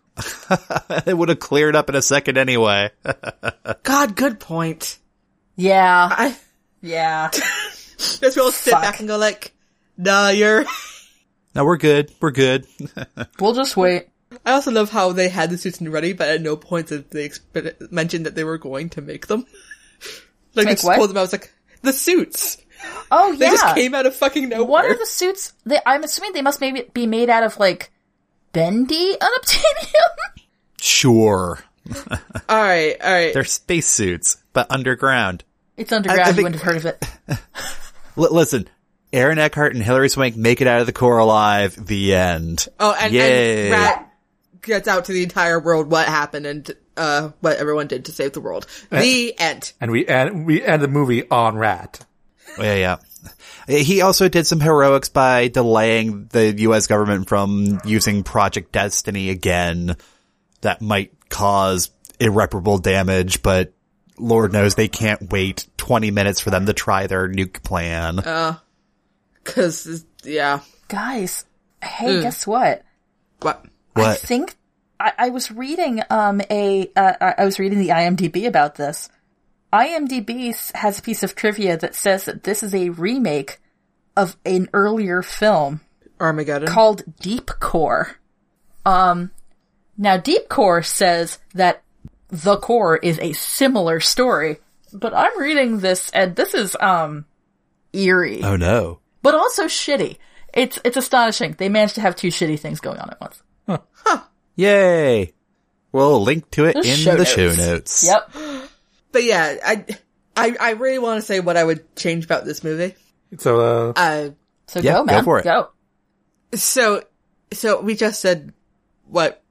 D: it would have cleared up in a second anyway. [laughs]
C: God, good point.
B: Yeah,
C: I
B: yeah.
C: [laughs] just we all sit
B: Fuck.
C: back and go like, "Nah, you're."
D: no, we're good. We're good.
B: we'll just wait.
C: I also love how they had the suits ready, but at no point did they exp- mention that they were going to make them.
B: Make
C: like they just
B: what?
C: pulled them out. I was like, "The suits."
B: Oh
C: They
B: yeah.
C: just came out of fucking nowhere.
B: What are the suits? They, I'm assuming they must maybe be made out of like bendy unobtainium. [laughs]
D: sure,
C: all right, all right.
D: they're spacesuits, but underground.
B: it's underground.
D: I- I
B: you
D: think-
B: wouldn't have heard of
D: [laughs]
B: it.
D: L- listen, Aaron Eckhart and Hilary Swank make it out of the core alive. The end.
C: Oh, and,
D: Yay.
C: and Rat gets out to the entire world what happened and uh, what everyone did to save the world. The end.
A: And we end, we end the movie on rat.
D: Yeah, Oh, yeah. He also did some heroics by delaying the U.S. government from using Project Destiny again. That might cause irreparable damage, but Lord knows they can't wait 20 minutes for them to try their nuke plan.
C: Because, yeah.
B: Guys, hey, guess what?
C: What?
B: I
D: what?
B: think I, I was reading um a uh, I- I was reading the IMDb about this. IMDb s- has a piece of trivia that says that this is a remake of an earlier film
C: Armageddon.
B: called Deep Core. Um, now Deep Core says that the core is a similar story, but I'm reading this and this is um eerie,
D: oh no.
B: but also shitty. It's it's astonishing. They managed to have two shitty things going on at once.
D: Yay. We'll link to it
B: Those
D: in
B: show
D: the show
B: notes.
D: notes.
B: Yep.
C: but yeah, I, I, I really want to say what I would change about this movie.
A: So, uh,
C: Uh,
B: So
D: Yeah,
B: go,
D: go
B: man.
D: for it.
B: Go.
C: so, so we just said what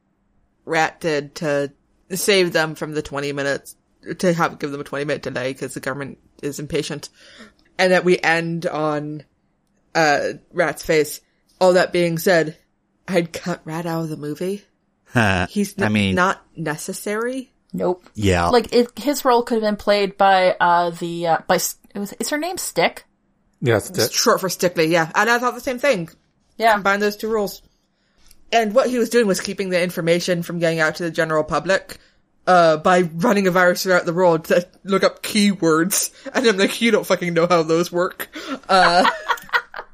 C: Rat did to save them from the 20 minutes, to have, give them a 20 minute delay because the government is impatient. And that we end on, uh, Rat's face. All that being said, I'd cut Rat out of the movie.
D: [laughs]
C: He's
D: I
C: n-
D: mean-
C: not necessary.
B: Nope.
D: Yeah.
B: Like it, his role could have been played by uh the uh, by S- it was, is her name Stick?
A: yes, that's it.
C: Short for Stickley, yeah. And I thought the same thing.
B: Yeah.
C: combine those two rules. And what he was doing was keeping the information from getting out to the general public uh, by running a virus throughout the world to look up keywords. [laughs] And I'm like, you don't fucking know how those work. Uh, [laughs]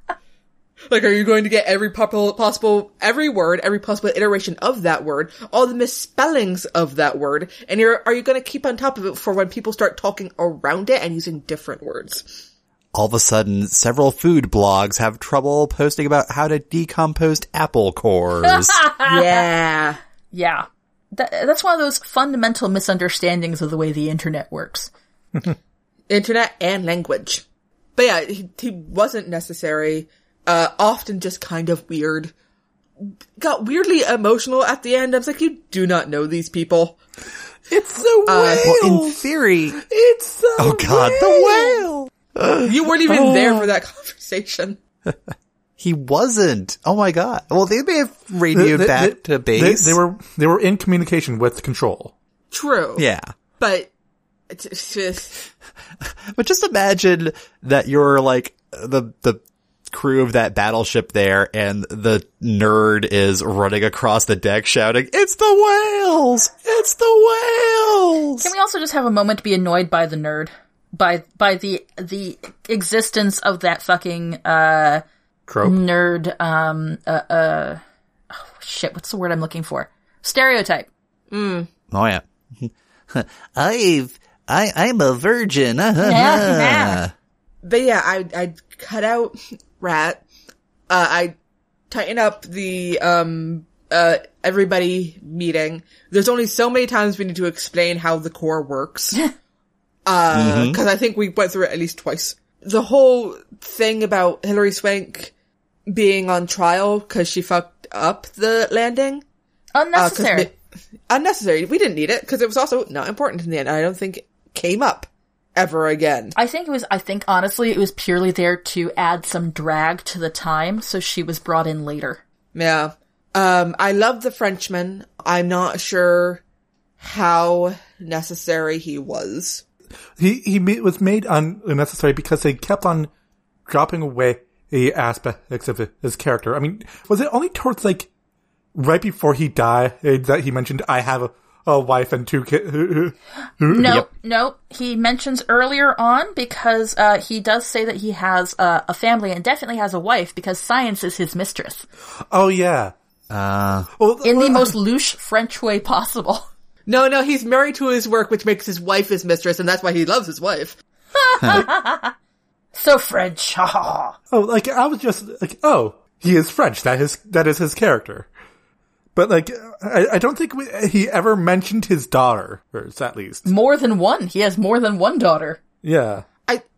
C: like, are you going to get every possible, possible, every word, every possible iteration of that word, all the misspellings of that word, and you're, are you going to keep on top of it for when people start talking around it and using different words?
D: all of a sudden, several food blogs have trouble posting about how to decompost
B: [laughs]
D: apple cores.
C: yeah.
B: Yeah. That, that's one of those fundamental misunderstandings of the way the internet works.
C: internet and language. But yeah, he, he wasn't necessary. Uh, often just kind of weird. Got weirdly emotional at the end. I was like, you do not know these people.
A: It's the
D: Uh, Well,
A: whale.
D: in theory,
A: it's the
D: oh god,
A: whale.
D: the whale.
C: You weren't even there for that [laughs] conversation.
D: he wasn't. Oh my god. Well, they may have radioed
A: They-
D: back
A: they-
D: to base.
A: They, they were they were in communication with control.
C: True.
D: yeah.
C: But it's- it's just-
D: But just imagine that you're like the the crew of that battleship there and the nerd is running across the deck shouting, "It's the whales! It's the whales!"
B: Can we also just have a moment to be annoyed by the nerd? By by the the existence of that fucking uh
A: Trope.
B: nerd um uh, uh oh, shit, what's the word I'm looking for? Stereotype.
D: Oh yeah. [laughs] I've I I'm a virgin. [laughs]
C: Uh,
B: Yeah,
C: but yeah, I I cut out rat. Uh, I tighten up the um uh everybody meeting. There's only so many times we need to explain how the core works. Uh, because I think we went through it at least twice. The whole thing about Hillary Swank being on trial because she fucked up the landing. Uh, 'cause
B: Unnecessary.
C: the- unnecessary. We didn't need it because it was also not important in the end. I don't think it came up ever again.
B: I think it was I think honestly it was purely there to add some drag to the time so she was brought in later.
C: Yeah. Um, I love the Frenchman. I'm not sure how necessary he was.
A: He he ma- was made un- unnecessary because they kept on dropping away the aspects of his character. I mean, was it only towards like right before he died that he mentioned I have a, a wife and two kids?
B: No, no. He mentions earlier on because uh, he does say that he has uh, a family and definitely has a wife because science is his mistress
A: [laughs] oh yeah. Uh, well,
B: in
A: well,
B: the
C: [laughs]
B: most louche French way possible. [laughs]
C: No, no, he's married to his work, which makes his wife his mistress, and that's why he loves his wife.
B: So French, ha ha ha.
A: Oh, like I was just like, oh, he is French. That is that is his character. But like, I, I don't think we, he ever mentioned his daughter, or at least,
B: More than one. He has more than one daughter.
A: yeah.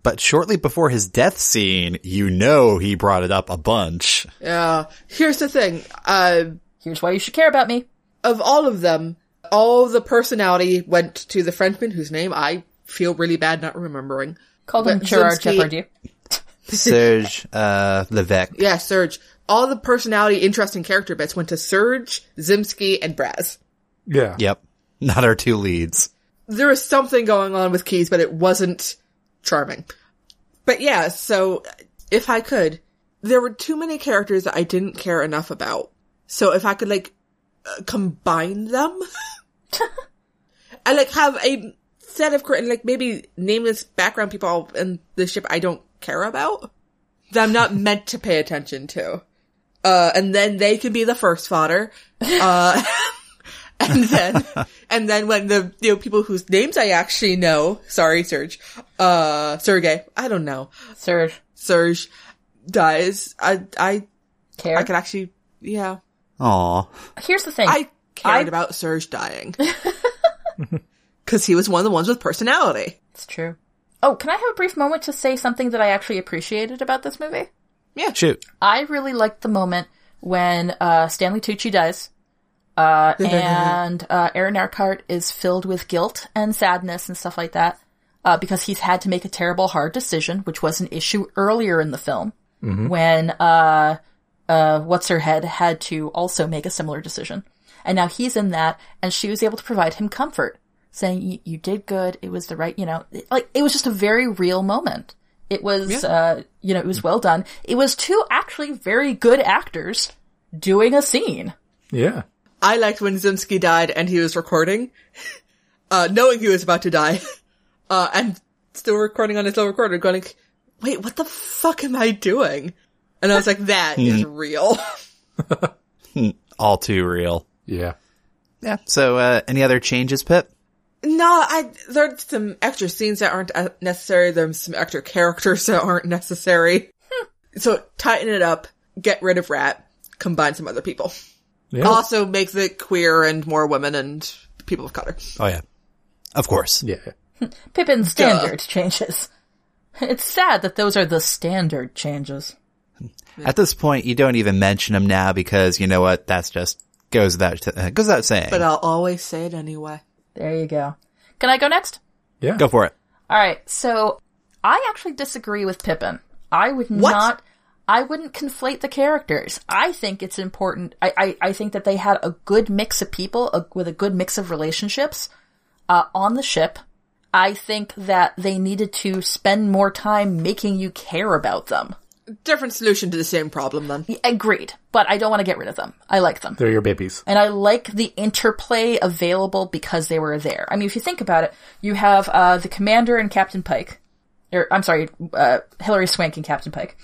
D: But shortly before his death scene, you know he brought it up a bunch.
C: Yeah. Here's the thing. Uh,
B: Here's why you should care about me.
C: of all of them, all the personality went to the Frenchman, whose name I feel really bad not remembering.
B: Called him
C: But
B: Gerard
C: Zinsky-
B: Jeopardy.
D: [laughs] Serge uh Levesque.
C: Yeah, Serge. All the personality, interesting character bits went to Serge, Zimsky, and Braz.
A: Yeah.
D: Yep. Not our two leads.
C: there was something going on with Keys, but it wasn't charming. But yeah, so if I could, there were too many characters that I didn't care enough about. So if I could like uh, combine them [laughs] and like have a set of, char- and like maybe nameless background people in the ship I don't care about that I'm not [laughs] meant to pay attention to. Uh, and then they can be the first fodder. Uh, [laughs] and then and then when the you know people whose names I actually know, sorry, Serge, uh, Sergey, I don't know,
B: Sir,
C: Serge dies. I I
B: care.
C: I could actually yeah.
D: Aw.
B: Here's the thing.
C: I cared
B: I-
C: about Serge [laughs] dying because he was one of the ones with personality.
B: it's true. Oh, can I have a brief moment to say something that I actually appreciated about this movie?
D: Shoot.
B: I really liked the moment when uh, Stanley Tucci dies, uh, and uh, Aaron Eckhart is filled with guilt and sadness and stuff like that uh, because he's had to make a terrible, hard decision, which was an issue earlier in the film when uh, uh, what's her head had to also make a similar decision, and now he's in that, and she was able to provide him comfort, saying, "You- "You did good. It was the right, you know, like it was just a very real moment." It was, uh, you know, it was well done. It was two actually very good actors doing a scene.
A: Yeah.
C: I liked when Zimsky died and he was recording, [laughs] uh, knowing he was about to die, [laughs] uh, and still recording on his little recorder, going, like, "Wait, what the fuck am I doing?" And I was like, "That is real." [laughs]
D: All too real.
A: Yeah.
D: Yeah. So uh any other changes, Pip?
C: No, I there's some extra scenes that aren't uh, necessary. There's some extra characters [laughs] that aren't necessary.
B: Hmm.
C: so tighten it up, get rid of Rat, combine some other people.
A: Yeah.
C: Also make the queer and more women and people of color.
D: Oh yeah. Of course.
A: Yeah.
B: Pippin standard changes. [laughs] It's sad that those are the standard changes.
D: At this point, you don't even mention him now because you know what? That's just goes without uh, goes without saying.
C: But I'll always say it anyway.
B: There you go. Can I go next?
A: Yeah.
D: Go for it.
B: All right. So I actually disagree with Pippin. I would
C: What?
B: not. I wouldn't conflate the characters. I think it's important. I, I, I think that they had a good mix of people a, with a good mix of relationships uh, on the ship. I think that they needed to spend more time making you care about them.
C: Different solution to the same problem then.
B: Agreed, but I don't want to get rid of them. I like them.
A: They're your babies.
B: And I like the interplay available because they were there. I mean, if you think about it, you have uh, the commander and Captain Pike, or I'm sorry, uh, Hillary Swank and Captain Pike.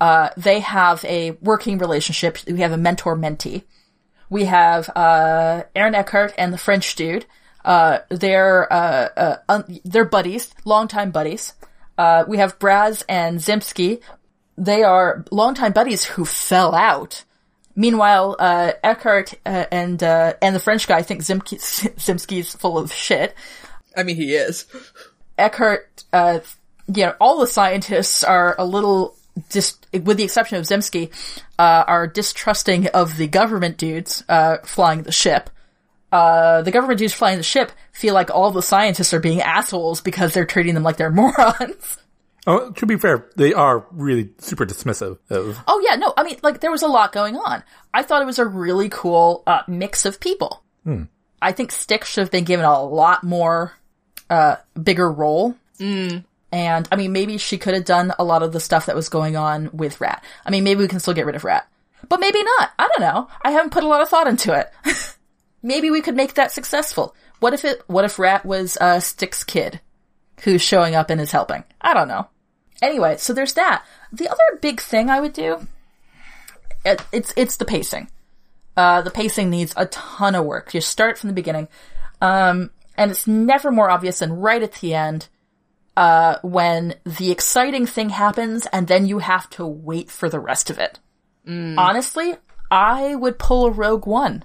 B: Uh, they have a working relationship. We have a mentor mentee. We have uh, Aaron Eckhart and the French dude. Uh, they're uh, uh, un- they're buddies, longtime buddies. Uh, we have Braz and Zimsky. They are longtime buddies who fell out. Meanwhile, uh, Eckhart uh, and uh, and the French guy think [laughs] Zimke- Zimsky's full of shit.
C: I mean, he is.
B: Eckhart, uh, you know, all the scientists are a little just, with the exception of Zemsky, uh, are distrusting of the government dudes uh, flying the ship. Uh, the government dudes flying the ship feel like all the scientists are being assholes because they're treating them like they're [laughs] morons.
A: Oh, to be fair, they are really super dismissive of.
B: Oh yeah, no, I mean, like there was a lot going on. I thought it was a really cool uh, mix of people. I think Stick should have been given a lot more uh, bigger role. And I mean, maybe she could have done a lot of the stuff that was going on with Rat. I mean, maybe we can still get rid of Rat, but maybe not. I don't know. I haven't put a lot of thought into it. [laughs] maybe we could make that successful. What if it? What if Rat was uh, Stick's kid, who's showing up and is helping? I don't know. Anyway, so there's that. The other big thing I would do, it, it's it's the pacing. Uh, the pacing needs a ton of work. You start from the beginning, um, and it's never more obvious than right at the end uh, when the exciting thing happens, and then you have to wait for the rest of it. Honestly, I would pull a Rogue One.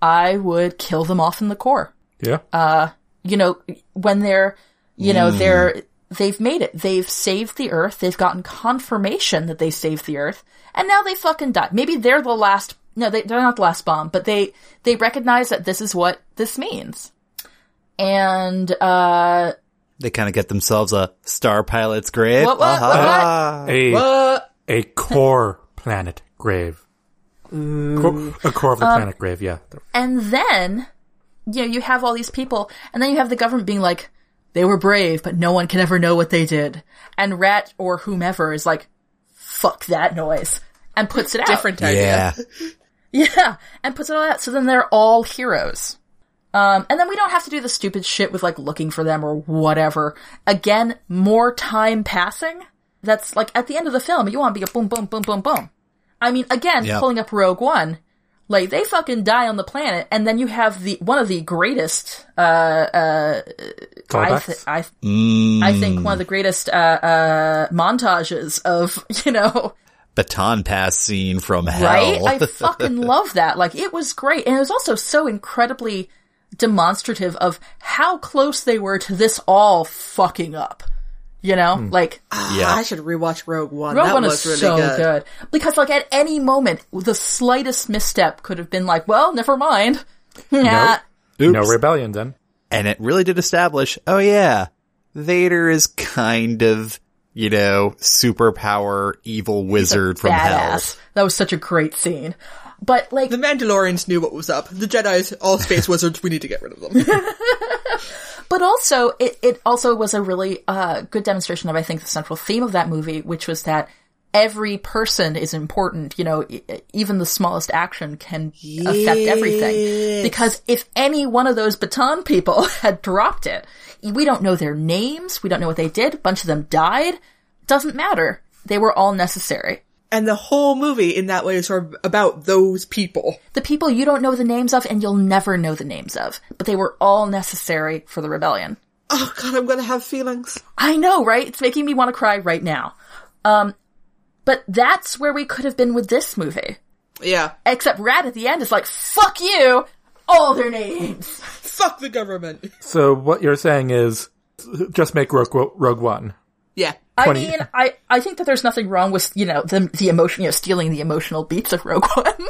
B: I would kill them off in the core
A: Yeah.
B: you know, when they're, you know, they're, they've made it. They've saved the earth. They've gotten confirmation that they saved the earth. And now they fucking die. Maybe they're the last, no, they, they're not the last bomb, but they, they recognize that this is what this means. And, uh,
D: They kind of get themselves a star pilot's grave.
B: what, what, what,
D: Uh-huh.
B: what?
A: a
C: What?
A: a core planet grave. Co- a core of the planet grave. Yeah.
B: And then, you know, you have all these people, and then you have the government being like, they were brave, but no one can ever know what they did. And Rat or whomever is like, fuck that noise. And puts it out.
C: Different idea.
D: Yeah.
B: Yeah, and puts it all out. So then they're all heroes. Um, and then we don't have to do the stupid shit with like looking for them or whatever. Again, more time passing. That's like at the end of the film, you want to be a boom, boom, boom, boom, boom. I mean, again,
D: Yep.
B: pulling up Rogue One, like they fucking die on the planet, and then you have the one of the greatest. Uh, I,
A: Callbacks.
B: th- I, th- I think one of the greatest uh, uh, montages of [laughs] you know
D: Baton pass scene from
B: Right?
D: hell. [laughs]
B: I fucking love that. Like, it was great. And it was also so incredibly demonstrative of how close they were to this all fucking up. You know? Like,
D: Yeah.
C: I should rewatch Rogue One.
B: Rogue
C: Ah, that
B: One
C: was
B: is so
C: really good.
B: good. Because, like, at any moment, the slightest misstep could have been like, well, never mind. Nah.
A: No
D: Oops.
A: rebellion then.
D: and it really did establish, oh yeah, Vader is kind of, you know, superpower evil wizard from hell.
B: Badass. That was such a great scene. But, like,
C: The Mandalorians knew what was up. The Jedi's all
B: [laughs]
C: space wizards. We need to get rid of them.
B: but also it, it also was a really uh, good demonstration of i think the central theme of that movie which was that every person is important you know e- even the smallest action can affect everything because if any one of those baton people [laughs] had dropped it we don't know their names we don't know what they did a bunch of them died doesn't matter they were all necessary
C: and the whole movie in that way is sort of about those people.
B: the people you don't know the names of and you'll never know the names of but they were all necessary for the rebellion
C: Oh god, I'm gonna have feelings.
B: I know, right? It's making me want to cry right now. Um, but that's where we could have been with this movie.
C: Yeah.
B: Except Rad at the end is like, fuck you! All their names!
C: Fuck the government.
A: So what you're saying is, just make Rogue, Rogue One.
C: Yeah.
B: I
A: 20.
B: mean, I, I think that there's nothing wrong with, you know, the, the emotion, you know, stealing the emotional beats of Rogue One.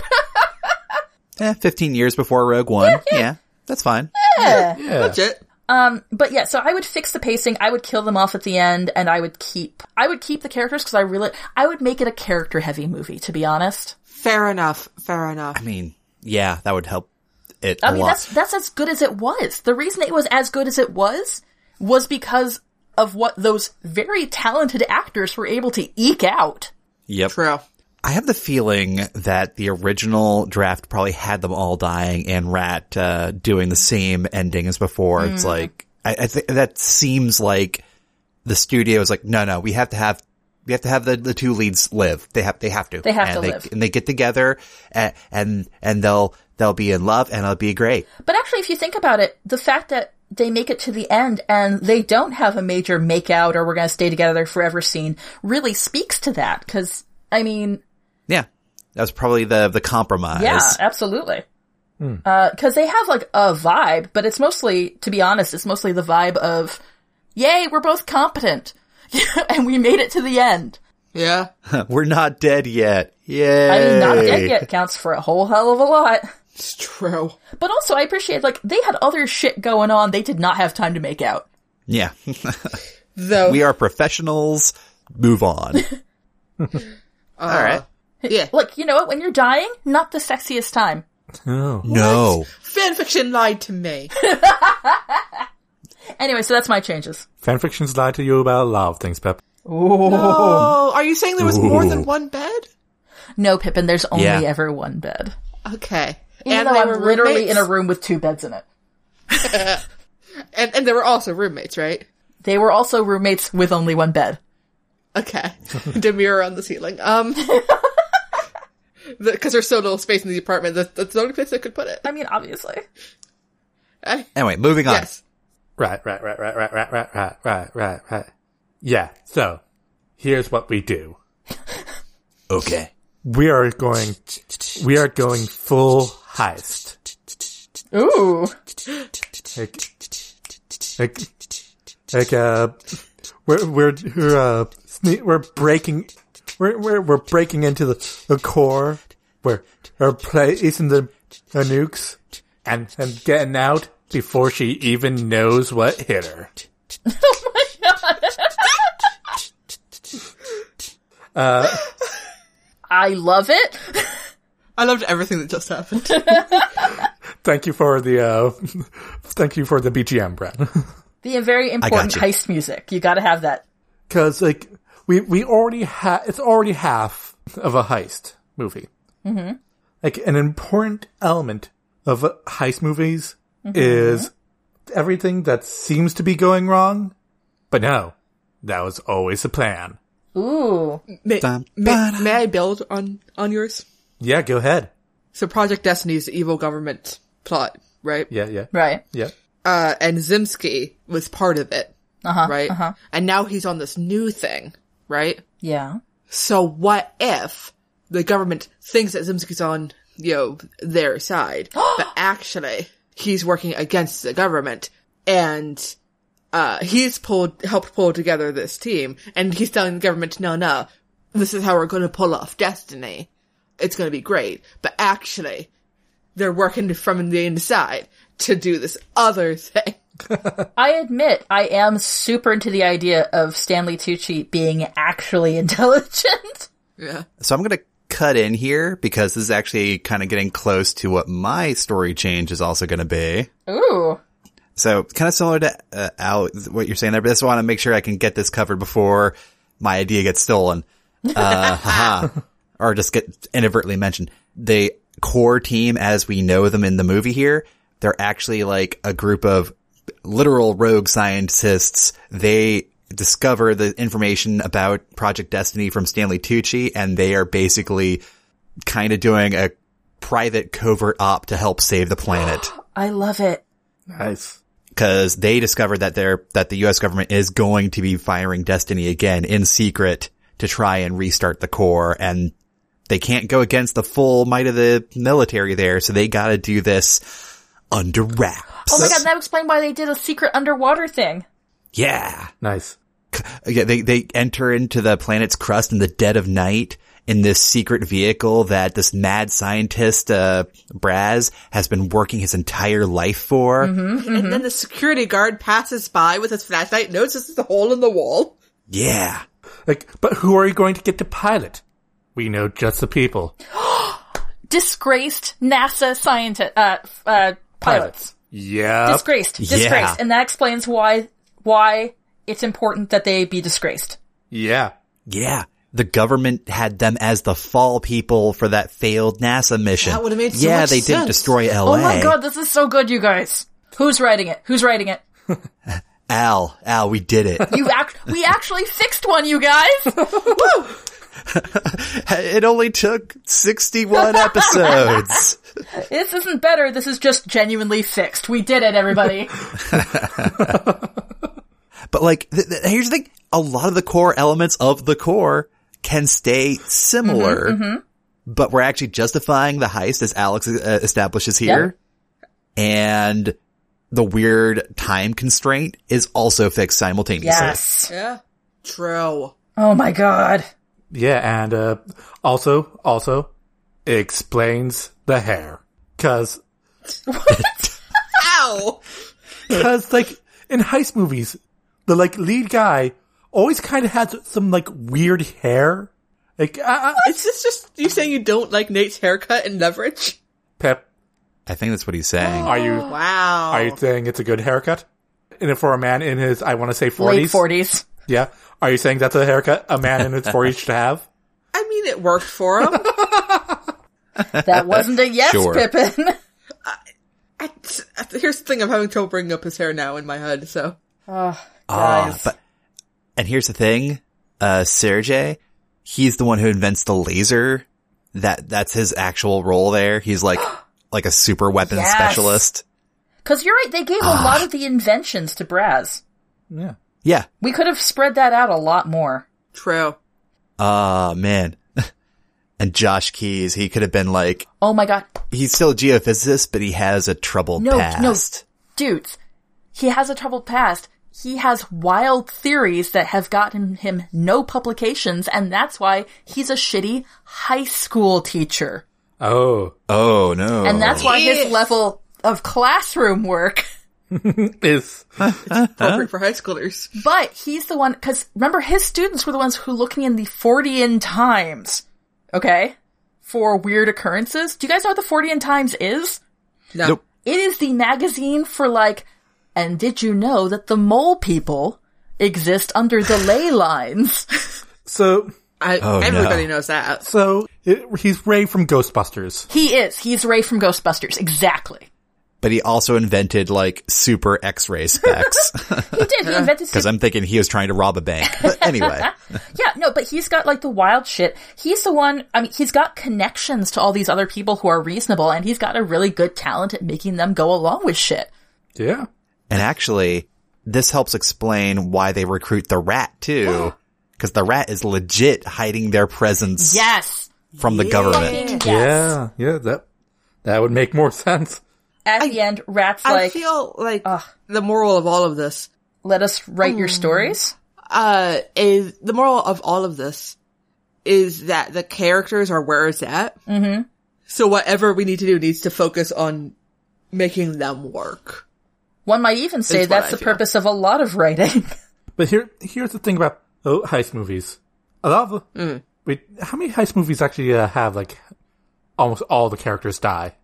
B: [laughs]
D: Eh, 15 years before Rogue One. yeah. That's fine.
C: That's it.
B: Um, but yeah, so I would fix the pacing. I would kill them off at the end, and I would keep I would keep the characters because I really I would make it a character heavy movie. To be honest,
C: Fair enough. Fair enough.
D: I mean, yeah, that would help it a
B: I mean
D: lot.
B: that's that's as good as it was. The reason it was as good as it was was because of what those very talented actors were able to eke out.
D: Yep.
C: True.
D: I have the feeling that the original draft probably had them all dying and Rat uh, doing the same ending as before.
B: Mm.
D: It's like I, I think that seems like the studio is like, no, no, we have to have we have to have the, the two leads live. They have they have to.
B: They have
D: and
B: to live.
D: and they get together and and, and they'll they'll be in love and it'll be great.
B: But actually, if you think about it, the fact that they make it to the end and they don't have a major make out or we're going to stay together forever scene really speaks to that. Cause I mean,
D: Yeah, that was probably the the compromise.
B: yeah, absolutely.
D: Hmm.
B: Uh 'cause cause they have like a vibe, but it's mostly, to be honest, it's mostly the vibe of, yay, we're both competent [laughs] and we made it to the end.
C: Yeah.
D: [laughs] We're not dead yet. Yay!
B: I mean, not dead yet counts for a whole hell of a lot.
C: It's true.
B: But also, I appreciate, like, they had other shit going on. They did not have time to make out.
D: Yeah, [laughs]
C: Though.
D: we are professionals.
B: [laughs]
D: Move on.
B: uh,
C: All right. Yeah.
B: Like, you know what? When you're dying, not the sexiest time.
A: Oh.
D: No.
C: Fanfiction lied
B: [laughs]
C: to me.
B: Anyway, so that's my changes.
A: Fanfictions lie to you about a lot of things, Pep.
C: Oh, are you saying there was more
D: Ooh.
C: than one bed?
B: No, Pippin, there's only
D: Yeah.
B: ever one bed.
C: Okay.
B: Even
C: they
B: though I'm
C: were
B: literally
C: roommates?
B: in a room with two beds in it.
C: And, and they were also roommates, right?
B: They were also roommates with only one bed.
D: [laughs]
C: Okay. Demure on the ceiling. Um. Because there's so little space in the apartment, that, that's the only place I could put it.
B: I mean, obviously.
C: I-
D: Anyway, moving on.
C: yes.
A: Right, right, right, right, right, right, right, right, right, right, right. Yeah, so here's what we do.
D: Okay.
A: We are going we are going full heist.
B: Ooh.
A: Like, like, like uh, we're we're we're uh, sne- we're breaking, we're we're we're breaking into the, the core. We're we're placing the, the nukes and and getting out before she even knows what hit her.
B: I love it. [laughs]
C: I loved everything that just happened.
A: Thank you for the uh, [laughs] thank you for the BGM, [laughs] Brad.
B: The very important
D: you.
B: heist music. You gotta have that.
A: Because like we we already have it's already half of a heist movie. Mm-hmm. Like an important element of heist movies is everything that seems to be going wrong, but no, that was always the plan.
B: Ooh.
C: May,
D: Dun,
C: may,
D: ba-da.
C: may I build on on yours?
A: Yeah, go ahead.
C: So Project Destiny is the evil government plot, right?
A: Yeah, yeah,
B: Right.
A: yeah.
C: Uh, and Zimsky was part of it, uh-huh, right? Uh-huh. And now he's on this new thing, right?
B: Yeah.
C: So what if the government thinks that Zimsky's on, you know, their side, but actually he's working against the government and uh, he's pulled, helped pull together this team and he's telling the government, no, no, this is how we're going to pull off destiny. It's going to be great. But actually they're working from the inside to do this other thing.
B: I admit I am super into the idea of Stanley Tucci being actually [laughs] intelligent.
C: Yeah.
D: So I'm going to cut in here because this is actually kind of getting close to what my story change is also going to be.
B: Ooh.
D: So kind of similar to uh, Al, what you're saying there, but I just want to make sure I can get this covered before my idea gets stolen. Uh, haha. or just get inadvertently mentioned. The core team as we know them in the movie here, they're actually like a group of literal rogue scientists. They discover the information about Project Destiny from Stanley Tucci and they are basically kind of doing a private covert op to help save the planet [laughs]
B: I love it.
A: Nice.
D: because they discovered that they're that the U.S. government is going to be firing Destiny again in secret to try and restart the core, and they can't go against the full might of the military there, so they got to do this under wraps.
B: Oh my god, that would explain why they did a secret underwater thing.
D: Yeah,
A: Nice.
D: yeah. They they enter into the planet's crust in the dead of night in this secret vehicle that this mad scientist, uh, Braz has been working his entire life for.
B: Mm-hmm.
C: And then the security guard passes by with his flashlight, notices the hole in the wall.
D: Yeah.
A: Like, but who are you going to get to pilot? We know just the people.
B: Disgraced NASA scientist, uh, f- uh, pilots.
A: Yeah.
B: Disgraced.
D: Yeah.
B: Disgraced. And that explains why, why it's important that they be disgraced.
A: Yeah.
D: Yeah. The government had them as the fall people for that failed NASA mission.
C: That would've made so
D: Yeah,
C: much
D: they
C: sense.
D: did destroy LA.
B: Oh my god, this is so good, you guys. Who's writing it? Who's writing it?
D: Al, Al, we did
C: [laughs]
D: it.
B: You act, we actually fixed one, you guys!
D: it only took 61 episodes.
B: This isn't better, this is just genuinely fixed. We did it,
D: [laughs]
B: everybody.
D: [laughs] But like, th- th- here's the thing. A lot of the core elements of the core can stay similar,
C: Mm-hmm,
D: but we're actually justifying the heist as Alex uh, establishes here. And the weird time constraint is also fixed simultaneously.
B: yes.
C: Yeah. True.
B: Oh my god.
A: Yeah, and uh, also, also, it explains the hair. Cause,
C: Ow!
A: cause like, in heist movies, the like lead guy always kind of has some like weird hair. Like, uh, uh,
C: [laughs] Is this just you saying you don't like Nate's haircut and leverage?
A: Pep,
D: I think that's what he's saying.
A: are you,
C: Wow.
A: are you saying it's a good haircut? And for a man in his, I want to say 40s.
B: Late 40s.
A: Yeah. Are you saying that's a haircut a man in his 40s should have?
C: I mean, it worked for [laughs] him.
D: [laughs]
B: That wasn't a yes,
D: Sure.
B: Pippin. [laughs]
C: I, I- here's the thing: I'm having trouble bringing up his hair now in my head. So
D: Ah,
B: Oh, Guys.
D: but, and here's the thing, uh, Sergey, he's the one who invents the laser. That, that's his actual role there.
B: [gasps]
D: He's like, like a super weapons
B: Yes.
D: specialist.
B: Cause you're right, they gave a lot of the inventions to Braz.
A: Yeah.
D: Yeah.
B: We could have spread that out a lot more.
C: true.
D: Oh man. [laughs] and Josh Keys, he could have been like,
B: Oh my god.
D: he's still a geophysicist, but he has a troubled
B: No,
D: past.
B: no, dudes. He has a troubled past. He has wild theories that have gotten him no publications, and that's why he's a shitty high school teacher.
A: Oh.
D: Oh no.
B: And that's why his
C: Eek.
B: level of classroom work.
A: Is
C: Appropriate for high schoolers.
B: But he's the one, cause remember his students were the ones who looking in the Fortean Times. Okay? For weird occurrences. Do you guys know what the Fortean Times is?
C: No.
D: Nope.
B: It is the magazine for like, and did you know that the mole people exist under the ley lines? [laughs]
A: so
C: I,
D: Oh, no.
C: everybody knows that.
A: so it, he's Ray from Ghostbusters.
B: he is. He's Ray from Ghostbusters. Exactly.
D: but he also invented like super x-ray specs.
B: He did. He invented
D: [laughs] Cause I'm thinking he was trying to rob a bank. But anyway,
B: [laughs] Yeah, no, but he's got like the wild shit. He's the one, I mean, he's got connections to all these other people who are reasonable and he's got a really good talent at making them go along with shit.
A: Yeah.
D: and actually this helps explain why they recruit the rat
B: [gasps]
D: too. Cause the rat is legit hiding their presence
B: Yes.
D: from the
B: Yes.
D: government.
A: Yeah. Yeah. That that would make more [laughs] sense.
B: At the end, Rat's
C: I
B: like,
C: feel like the moral of all of this
B: let us write your stories.
C: uh, is the moral of all of this is that the characters are where it's at. Mm-hmm. So whatever we need to do needs to focus on making them work.
B: One might even say
C: It's what
B: that's
C: I
B: the
C: feel.
B: purpose of a lot of writing. [laughs]
A: But here here's the thing about oh, heist movies. A lot of the-
B: Mm.
A: wait, how many heist movies actually uh, have like almost all the characters die?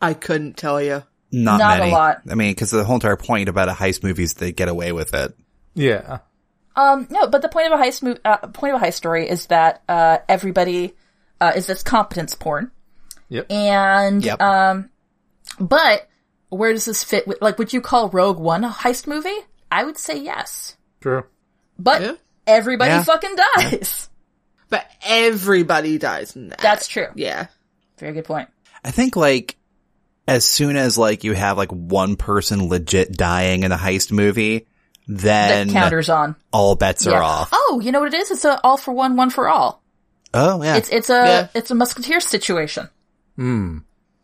C: I couldn't tell you.
D: Not,
B: Not a
D: many.
B: lot.
D: I mean, cause the whole entire point about a heist movie is they get away with it.
A: Yeah.
B: Um, no, but the point of a heist mo- uh, point of a heist story is that uh, everybody uh, is this competence porn,
A: Yep.
B: and
D: Yep.
B: um, but where does this fit? With, like, would you call Rogue One a heist movie? I would say yes,
A: True.
B: but
C: Yeah.
B: everybody
D: Yeah.
B: fucking dies. [laughs]
C: But everybody dies in that.
B: That's true.
C: yeah.
B: Very good point.
D: I think like as soon as like you have like one person legit dying in a heist movie, then
B: that counters on.
D: all bets
B: Yeah.
D: are off.
B: Oh, you know what it is? It's a all for one, one for all.
D: Oh yeah.
B: It's it's a
C: Yeah.
B: it's a musketeer situation.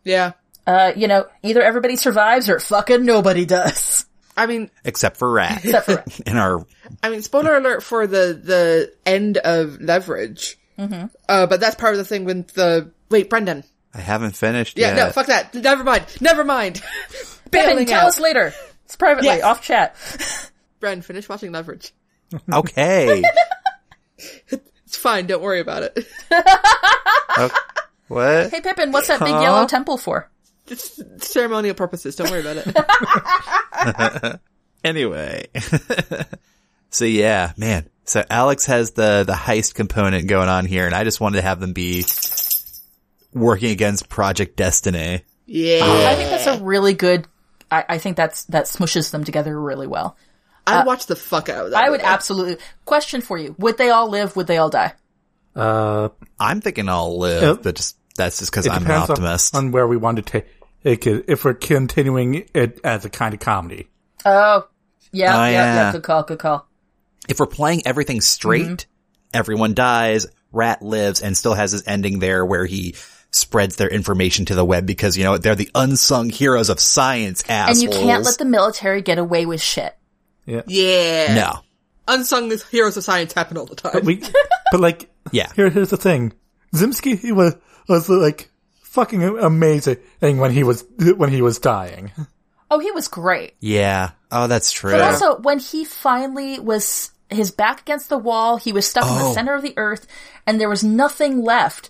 C: Yeah.
B: Uh, you know, either everybody survives or fucking nobody does. [laughs]
C: I mean,
D: Except for Rat.
B: Except for
D: in our
C: I mean, spoiler alert for the, the end of Leverage.
B: Mm-hmm.
C: Uh, but that's part of the thing with the wait, Brendan.
D: I haven't finished
C: Yeah,
D: yet.
C: no, fuck that. Never mind. Never mind. [laughs]
B: Pippin,
C: Bailing
B: tell
C: out.
B: us later. It's privately,
C: Yes.
B: off chat.
C: Bren, finish watching Leverage.
B: [laughs]
D: Okay.
C: It's fine. Don't worry about it. [laughs]
D: O- what?
B: Hey, Pippin, what's that big yellow temple for?
C: It's ceremonial purposes. Don't worry
B: [laughs]
C: about it.
D: Anyway. [laughs] so yeah, man. So Alex has the the heist component going on here, and I just wanted to have them be working against Project Destiny.
C: yeah.
B: I think that's a really good. I, I think that's that smushes them together really well.
C: I'd watch the fuck out of that.
B: I would
C: movie.
B: absolutely question for you: Would they all live? Would they all die?
A: Uh,
D: I'm thinking I'll live,
A: Yep.
D: but just that's just because
A: it
D: I'm an
A: depends on-
D: optimist.
A: On, where we want to take it, if we're continuing it as a kind of comedy.
B: Oh, yeah,
D: Oh,
B: yeah, yeah,
D: yeah.
B: Good call, good call.
D: if we're playing everything straight,
A: Mm-hmm.
D: everyone dies, Rat lives, and still has his ending there where he spreads their information to the web because you know they're the unsung heroes of science. Assholes.
B: And you can't let the military get away with shit.
C: Yeah.
D: No.
C: Unsung heroes of science happen all the time.
A: But
B: [laughs]
A: we, but like,
D: Yeah.
A: Here, here's the thing: Zimsky he was was like fucking amazing when he was when he was dying.
B: Oh, he was great.
D: Yeah. Oh, that's true.
B: But also, when he finally was his back against the wall, he was stuck in
D: Oh.
B: the center of the earth, and there was nothing left.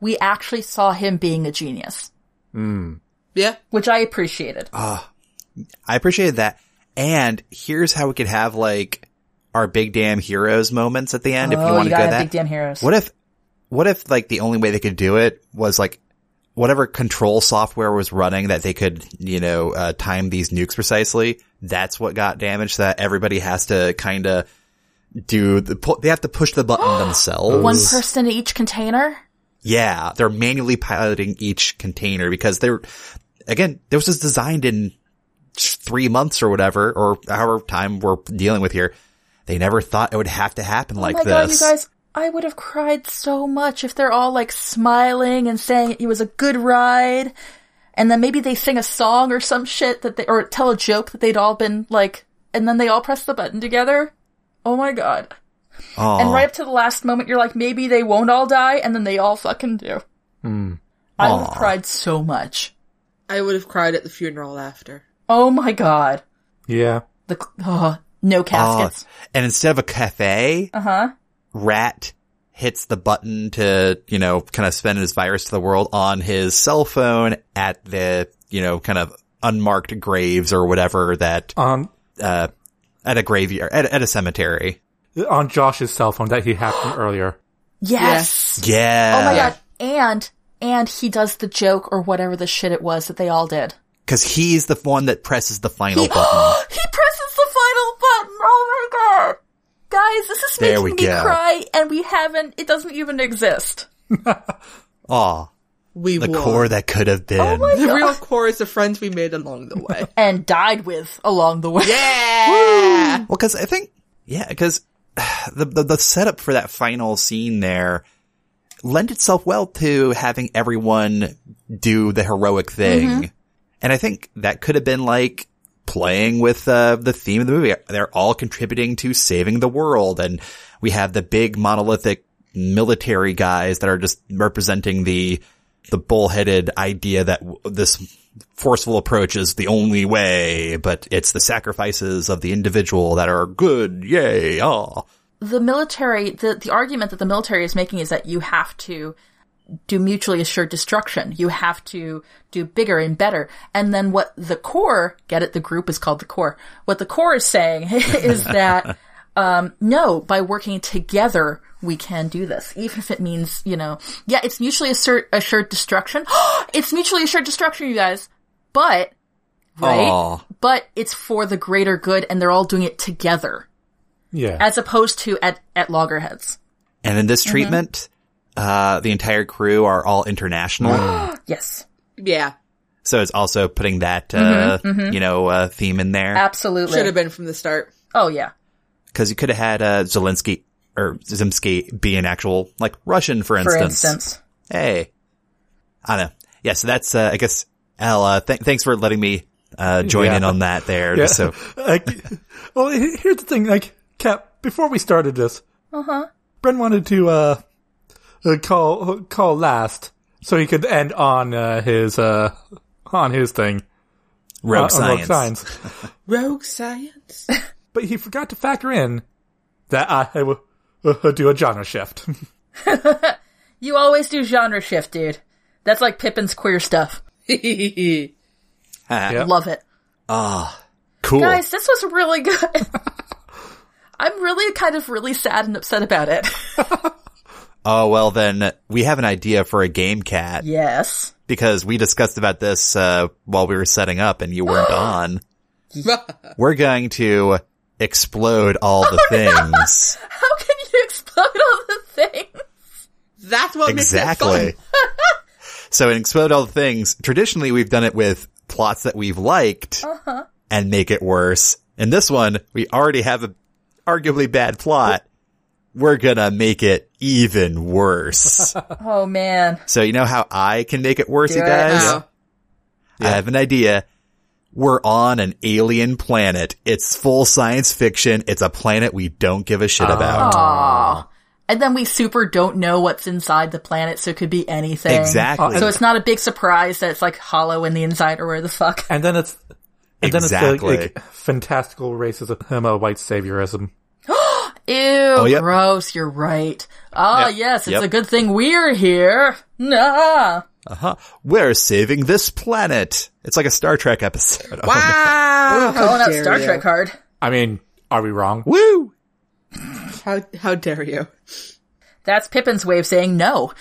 B: We actually saw him being a genius,
C: yeah.
B: which I appreciated.
D: Oh. I appreciated that. And here's how we could have like our big damn heroes moments at the end if you
B: oh,
D: want
B: you
D: to go
B: gotta have
D: that.
B: big damn heroes.
D: What if, what if like the only way they could do it was like whatever control software was running that they could, you know, uh, time these nukes precisely. That's what got damaged so that everybody has to kind of do the, pu- they have to push the button
B: [gasps]
D: themselves.
B: One person in each container.
D: Yeah. They're manually piloting each container because they're, again, this was designed in three months or whatever, or however time we're dealing with here. They never thought it would have to happen like
B: oh my god, you
D: this.
B: guys, I would have cried so much if they're all like smiling and saying it was a good ride. And then maybe they sing a song or some shit that they, or tell a joke that they'd all been like, and then they all press the button together. Oh my god.
D: Aw.
B: And right up to the last moment, you're like, maybe they won't all die, and then they all fucking do.
D: Hmm.
B: I would have cried so much.
C: I would have cried at the funeral after.
B: Oh my god.
A: Yeah,
B: The, oh, no caskets.
D: And instead of a cafe,
B: Uh huh.
D: Rat hits the button to, you know, kind of spend his virus to the world on his cell phone at the, you know, kind of unmarked graves or whatever that,
A: on
D: uh, at a graveyard, at, at a cemetery.
A: on Josh's cell phone that he hacked from earlier.
B: Yes.
D: Yeah.
B: Oh my god. And, and he does the joke or whatever the shit it was that they all did.
D: Cause he's the one that presses the final
B: he [gasps]
D: button.
B: presses the final button. Oh my god. Guys, this is
D: There
B: making
D: we
B: me
D: go.
B: cry and we haven't, it doesn't even exist.
D: Aw,
C: We
D: the
C: won.
D: core that could have been.
C: The real core is the friends we made along the
D: [laughs]
C: way.
B: And died with along the way.
C: yeah.
D: Well, cause I think, yeah, cause [sighs] the, the, the setup for that final scene there lent itself well to having everyone do the heroic thing. And I think that could have been like playing with uh, the theme of the movie. They're all contributing to saving the world. And we have the big monolithic military guys that are just representing the, the bullheaded idea that w- this forceful approach is the only way, but it's the sacrifices of the individual that are good. Yay. Ah.
B: the military the, the argument that the military is making is that you have to do mutually assured destruction you have to do bigger and better and then what the core get it the group is called the core what the core is saying [laughs] is that um, no by working together we can do this even if it means you know yeah it's mutually assur- assured destruction [gasps] it's mutually assured destruction you guys but right
D: Aw.
B: but it's for the greater good and they're all doing it together
A: Yeah,
B: as opposed to at, at loggerheads.
D: And in this treatment, uh, the entire crew are all international.
B: [gasps] Yes,
C: Yeah.
D: so it's also putting that, uh, you know, uh, theme in there.
B: absolutely.
C: Should have been from the start.
B: Oh yeah.
D: Cause you could have had, uh, Zelensky or Zimsky be an actual, like Russian, for
B: For
D: instance.
B: instance,
D: Hey. I don't know. Yeah. So that's, uh, I guess, Al, uh, th- thanks for letting me, uh, join
A: Yeah.
D: in on that there.
A: yeah. [laughs] Uh,
D: So
A: like, well, he- here's the thing. Like, Cap, before we started this, uh huh, Bren wanted to uh uh, call call last, so he could end on uh, his uh, on his thing. Uh,
D: Rogue
A: on- on Rogue
D: science. [laughs]
A: science.
C: Rogue science. [laughs]
A: But he forgot to factor in that I will uh, do a genre shift. [laughs]
B: You always do genre shift, dude. That's like Pippin's queer stuff.
A: Yep.
B: Love it.
D: Ah, Cool.
B: Guys, this was really good. [laughs] I'm really kind of really sad and upset about it. [laughs]
D: Oh, well then we have an idea for a game cat
B: Yes.
D: because we discussed about this, uh, while we were setting up and
B: [gasps]
D: you weren't on. We're going to explode all the
B: Oh,
D: things.
B: How can you explode all the things? [laughs]
C: That's what
D: Exactly.
C: makes it
D: so in explode all the things, traditionally we've done it with plots that we've liked
B: Uh-huh.
D: and make it worse. In this one, we already have a arguably bad plot. We're gonna make it even
B: [laughs]
D: worse.
B: Oh man.
D: so you know how I can make it worse,
B: Do
D: you
B: it.
D: guys?
C: fun.
D: I have an idea. We're on an alien planet. It's full science fiction. It's a planet we don't give a shit about.
B: Aww. And then we super don't know what's inside the planet, so it could be anything.
D: Exactly.
B: So it's not a big surprise that it's like hollow in the inside or where the fuck.
A: and then it's and then
D: Exactly.
A: it's like, like fantastical racism, uh, white saviorism.
B: Ew,
D: Oh, yep.
B: gross, you're right. Ah,
D: Yep.
B: yes, it's
D: Yep.
B: a good thing we're here. Nah.
D: [laughs] We're saving this planet. It's like a Star Trek episode.
C: Wow.
B: Calling out
C: dare
B: Star
C: you.
B: Trek hard.
A: I mean, are we wrong?
D: [laughs] Woo!
C: How how dare you?
B: That's Pippin's way of saying no.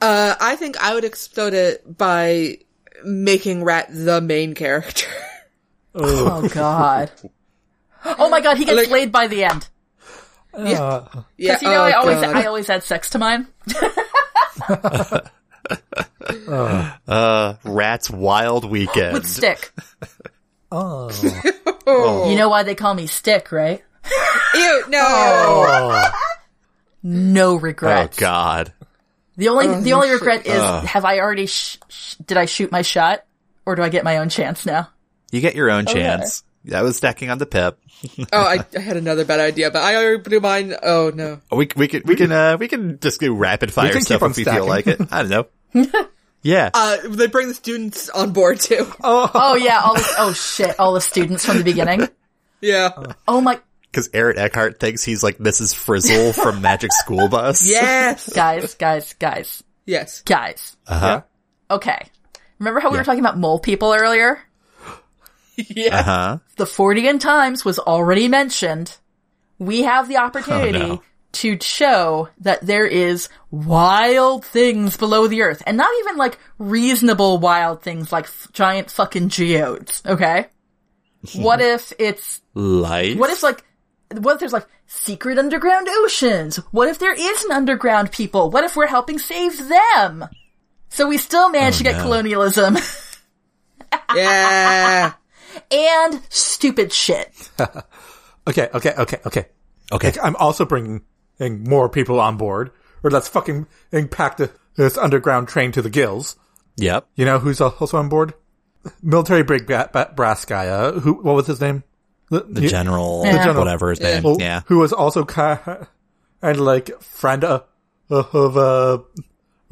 C: Uh, I think I would explode it by making Rat the main character. [laughs]
B: Oh god. Oh my god, he gets
C: Like-
B: laid by the end.
C: yeah,
B: You know,
C: oh,
B: I always
C: God.
B: I always had sex to mine.
D: Uh, Rat's Wild Weekend.
B: With
D: [laughs]
B: stick.
A: Oh,
C: Oh.
B: You know why they call me stick, right?
C: Ew, no.
B: Oh. No
D: oh
B: regrets.
D: God. Ah.
B: The only
C: Oh,
B: the only regret is have I already sh- sh- did I shoot my shot or do I get my own chance now?
D: You get your own chance. I was stacking on the pip.
C: Oh, I, I had another bad idea, but I already blew mine. Oh no.
D: We we can we can uh we can just do rapid fire
A: can
D: stuff
A: keep on
D: if we feel
A: stacking.
D: like it. I don't know. yeah.
C: Uh, they bring the students on board too.
B: Oh yeah, all the, oh shit, all the students from the beginning.
C: Yeah.
B: Oh my
D: Because Eric Eckhart thinks he's like Mrs. Frizzle from Magic
C: [laughs]
D: School Bus.
C: Yes.
B: guys, guys, guys,
C: Yes.
B: guys.
D: Uh-huh.
B: Okay. Remember how we were talking about mole people earlier?
C: Yeah.
D: Uh-huh.
B: the 40 and times was already mentioned. We have the opportunity
D: Oh, no.
B: to show that there is wild things below the earth and not even like reasonable wild things like f- giant fucking geodes.
D: [laughs]
B: Okay. what if it's,
D: Life.
B: what if like, what if there's like secret underground oceans? What if there is an underground people? What if we're helping save them? So we still
A: Oh,
B: manage to get colonialism [laughs]
C: [laughs] Yeah.
B: and stupid shit.
A: okay, okay, okay, okay.
D: Okay.
A: Like, I'm also bringing in more people on board, or let's fucking and pack the, this underground train to the gills.
D: Yep.
A: You know who's al- also on board? Military brig ba- ba- brass guy. Uh, who? What was his name? The,
D: The general,
A: general.
D: whatever his name.
A: who-
D: Yeah.
A: Who was also kind [laughs] and like friend of, of uh,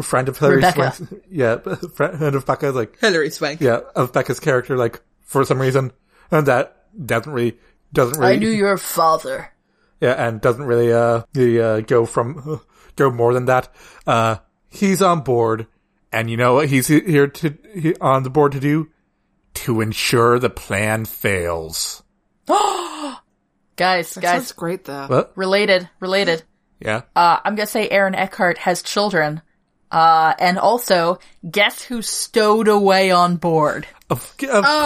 A: friend of Hillary
B: Rebecca.
A: Swank's- [laughs] Yeah, friend of Becca. Like
C: Hillary Swank.
A: yeah, of Becca's character. Like for some reason, and that doesn't really doesn't really
B: I knew your father.
A: yeah, and doesn't really uh, really, uh go from [laughs] go more than that. Uh, he's on board, and you know what he's he- here to he, on the board to do to ensure the plan fails.
B: Guys, guys,
C: Sounds great though.
A: What?
B: related, related.
A: Yeah.
B: Uh, I'm gonna say Aaron Eckhart has children. Uh, and also, guess who stowed away on board?
A: Of, of course they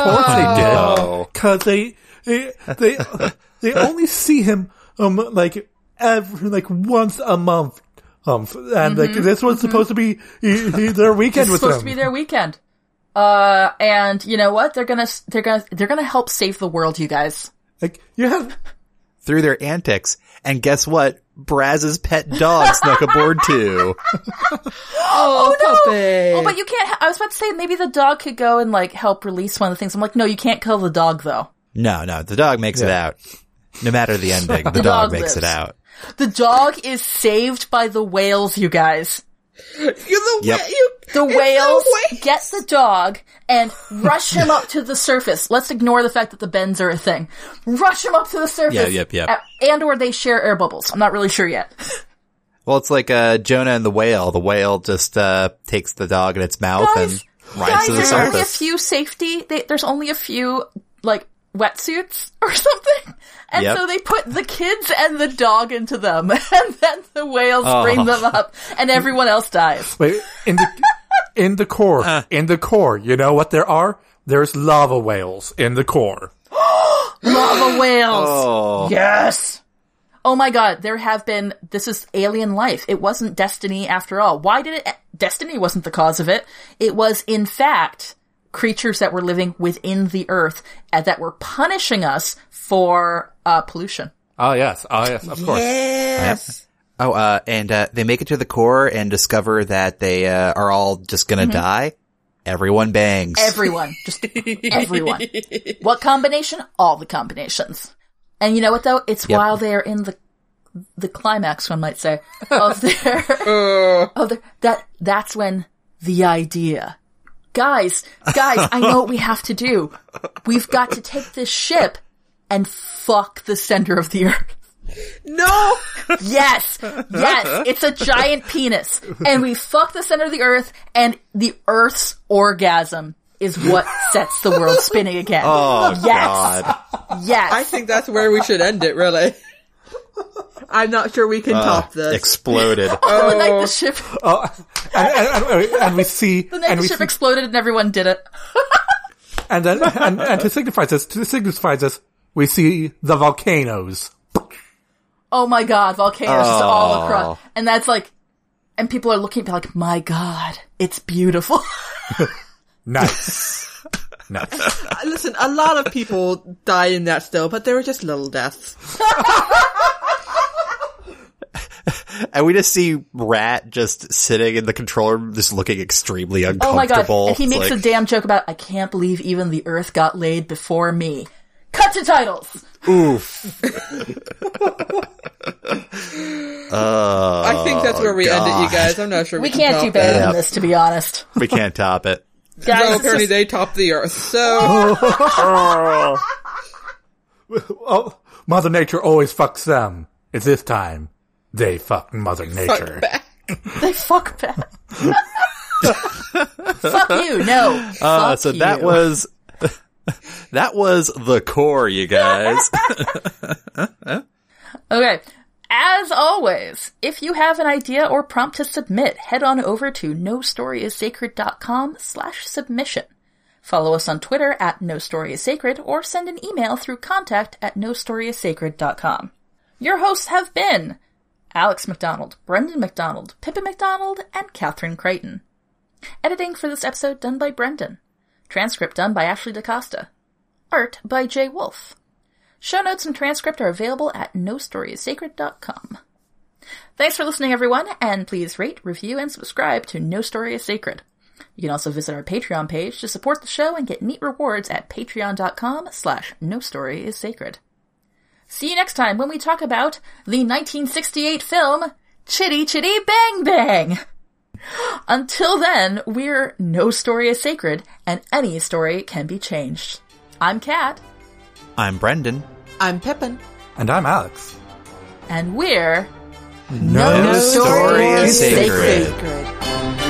A: did,
D: Oh.
A: because they they they, [laughs] they only see him um like every like once a month. Um, and like this was supposed to be he, he- their weekend
B: It's
A: with
B: Mm-hmm. supposed
A: them.
B: to be their weekend. Uh, and you know what? They're gonna, they're gonna, they're gonna help save the world, you guys.
A: like you have
D: Through their antics. And guess what? Braz's pet
B: [laughs]
D: dog snuck aboard too.
C: Oh, puppy.
B: Oh, but you can't, ha- I was about to say maybe the dog could go and like help release one of the things. I'm like, no, you can't kill the dog though.
D: No, no, the dog makes it out. No matter
B: [laughs]
D: the ending, the, dog,
B: dog
D: makes it
B: lives.
D: out.
B: The dog is saved by the whales, you guys.
C: You're the
D: Yep.
C: wha- you-
B: The
C: it's
B: whales
C: whale.
B: get the dog and rush him up to the surface. Let's ignore the fact that the bends are a thing. Rush him up to the surface.
D: Yeah, yep, yep.
B: A- And or they share air bubbles. I'm not really sure yet.
D: Well, it's like uh, Jonah and the whale. The whale just uh, takes the dog in its mouth
B: Guys,
D: and rides to the
B: there's only a
D: surface.
B: few safety. They, there's only a few like wetsuits [laughs] or something, and
D: Yep.
B: so they put the kids and the dog into them, [laughs] and then the whales
D: Oh.
B: bring them up, and everyone else dies.
A: Wait, in the in the core, in the core, you know what there are? There's lava whales in the core.
B: Lava whales.
D: Oh,
B: Yes. Oh my god, there have been, this is alien life. It wasn't destiny after all. Why did it, destiny wasn't the cause of it. It was, in fact, creatures that were living within the earth and that were punishing us for, uh, pollution.
A: Oh yes, oh yes, of course.
C: Yes.
D: oh, uh, and uh, they make it to the core and discover that they uh, are all just
B: Mm-hmm.
D: gonna die. Everyone bangs.
B: Everyone. Just everyone. What combination? All the combinations. And you know what though? It's
D: Yep.
B: while they are in the the climax, one might say, of their of their that that's when the idea. Guys, guys, I know what we have to do. We've got to take this ship and fuck the center of the earth.
C: No.
B: Yes,
D: [laughs]
B: yes, it's a giant penis. And we fuck the center of the earth, and the earth's orgasm is what sets the
D: [laughs]
B: world spinning again.
D: Oh
B: yes, [laughs]
D: God!
B: yes.
C: I think that's where we should end it, really. I'm not sure we can
D: Uh,
C: top this.
D: Exploded.
B: the night the ship,
A: Oh, and, and, and we see,
B: the night
A: and
B: the
A: we
B: ship
A: see-
B: exploded, and everyone did it.
A: and then, and, and to signify this, to signify this, we see the volcanoes.
B: Oh my god, volcanoes just all
D: Oh.
B: across, and that's like, and people are looking at me like, my god, it's beautiful. [laughs]
A: Nice, nice.
C: Uh, Listen, a lot of people die in that still, but they were just little deaths.
D: and we just see Rat just sitting in the control room, just looking extremely uncomfortable.
B: Oh my god! And he
D: It's
B: makes
D: like-
B: a damn joke about, I can't believe even the Earth got laid before me. Cut to titles. [laughs]
C: I think that's where we end it, you guys. I'm not sure
B: We
C: we,
B: can't do
C: can top
B: better
D: Yeah.
B: than this, to be honest.
D: we can't top it.
B: Guys,
C: So
B: it's
C: apparently
B: just-
C: they topped the earth. So
A: Oh, Mother Nature always fucks them. It's this time they fuck Mother Nature.
B: [laughs] They fuck back. fuck you, no.
D: Uh,
B: Fuck
D: so that
B: you.
D: was [laughs] that was the core,
B: [laughs]
D: you guys.
B: Okay. As always, if you have an idea or prompt to submit, head on over to nostoryissacred.com slash submission. Follow us on Twitter at nostoryissacred or send an email through contact at nostoryissacred.com. Your hosts have been Alex McDonald, Brendan McDonald, Pippa McDonald, and Catherine Creighton. Editing for this episode done by Brendan. Transcript done by Ashley DaCosta. Art by Jay Wolfe. Show notes and transcript are available at nostoryissacred.com. Thanks for listening, everyone, and please rate, review, and subscribe to No Story is Sacred. You can also visit our Patreon page to support the show and get neat rewards at patreon.com slash no story is sacred. See you next time when we talk about the 1968 film Chitty Chitty Bang Bang! Until then, we're No Story is Sacred, and any story can be changed. I'm Kat.
D: I'm Brendan.
C: I'm Pippin.
A: And I'm Alex.
B: and we're
A: No,
B: story
D: story is
B: is
D: sacred.
C: Good.
B: sacred.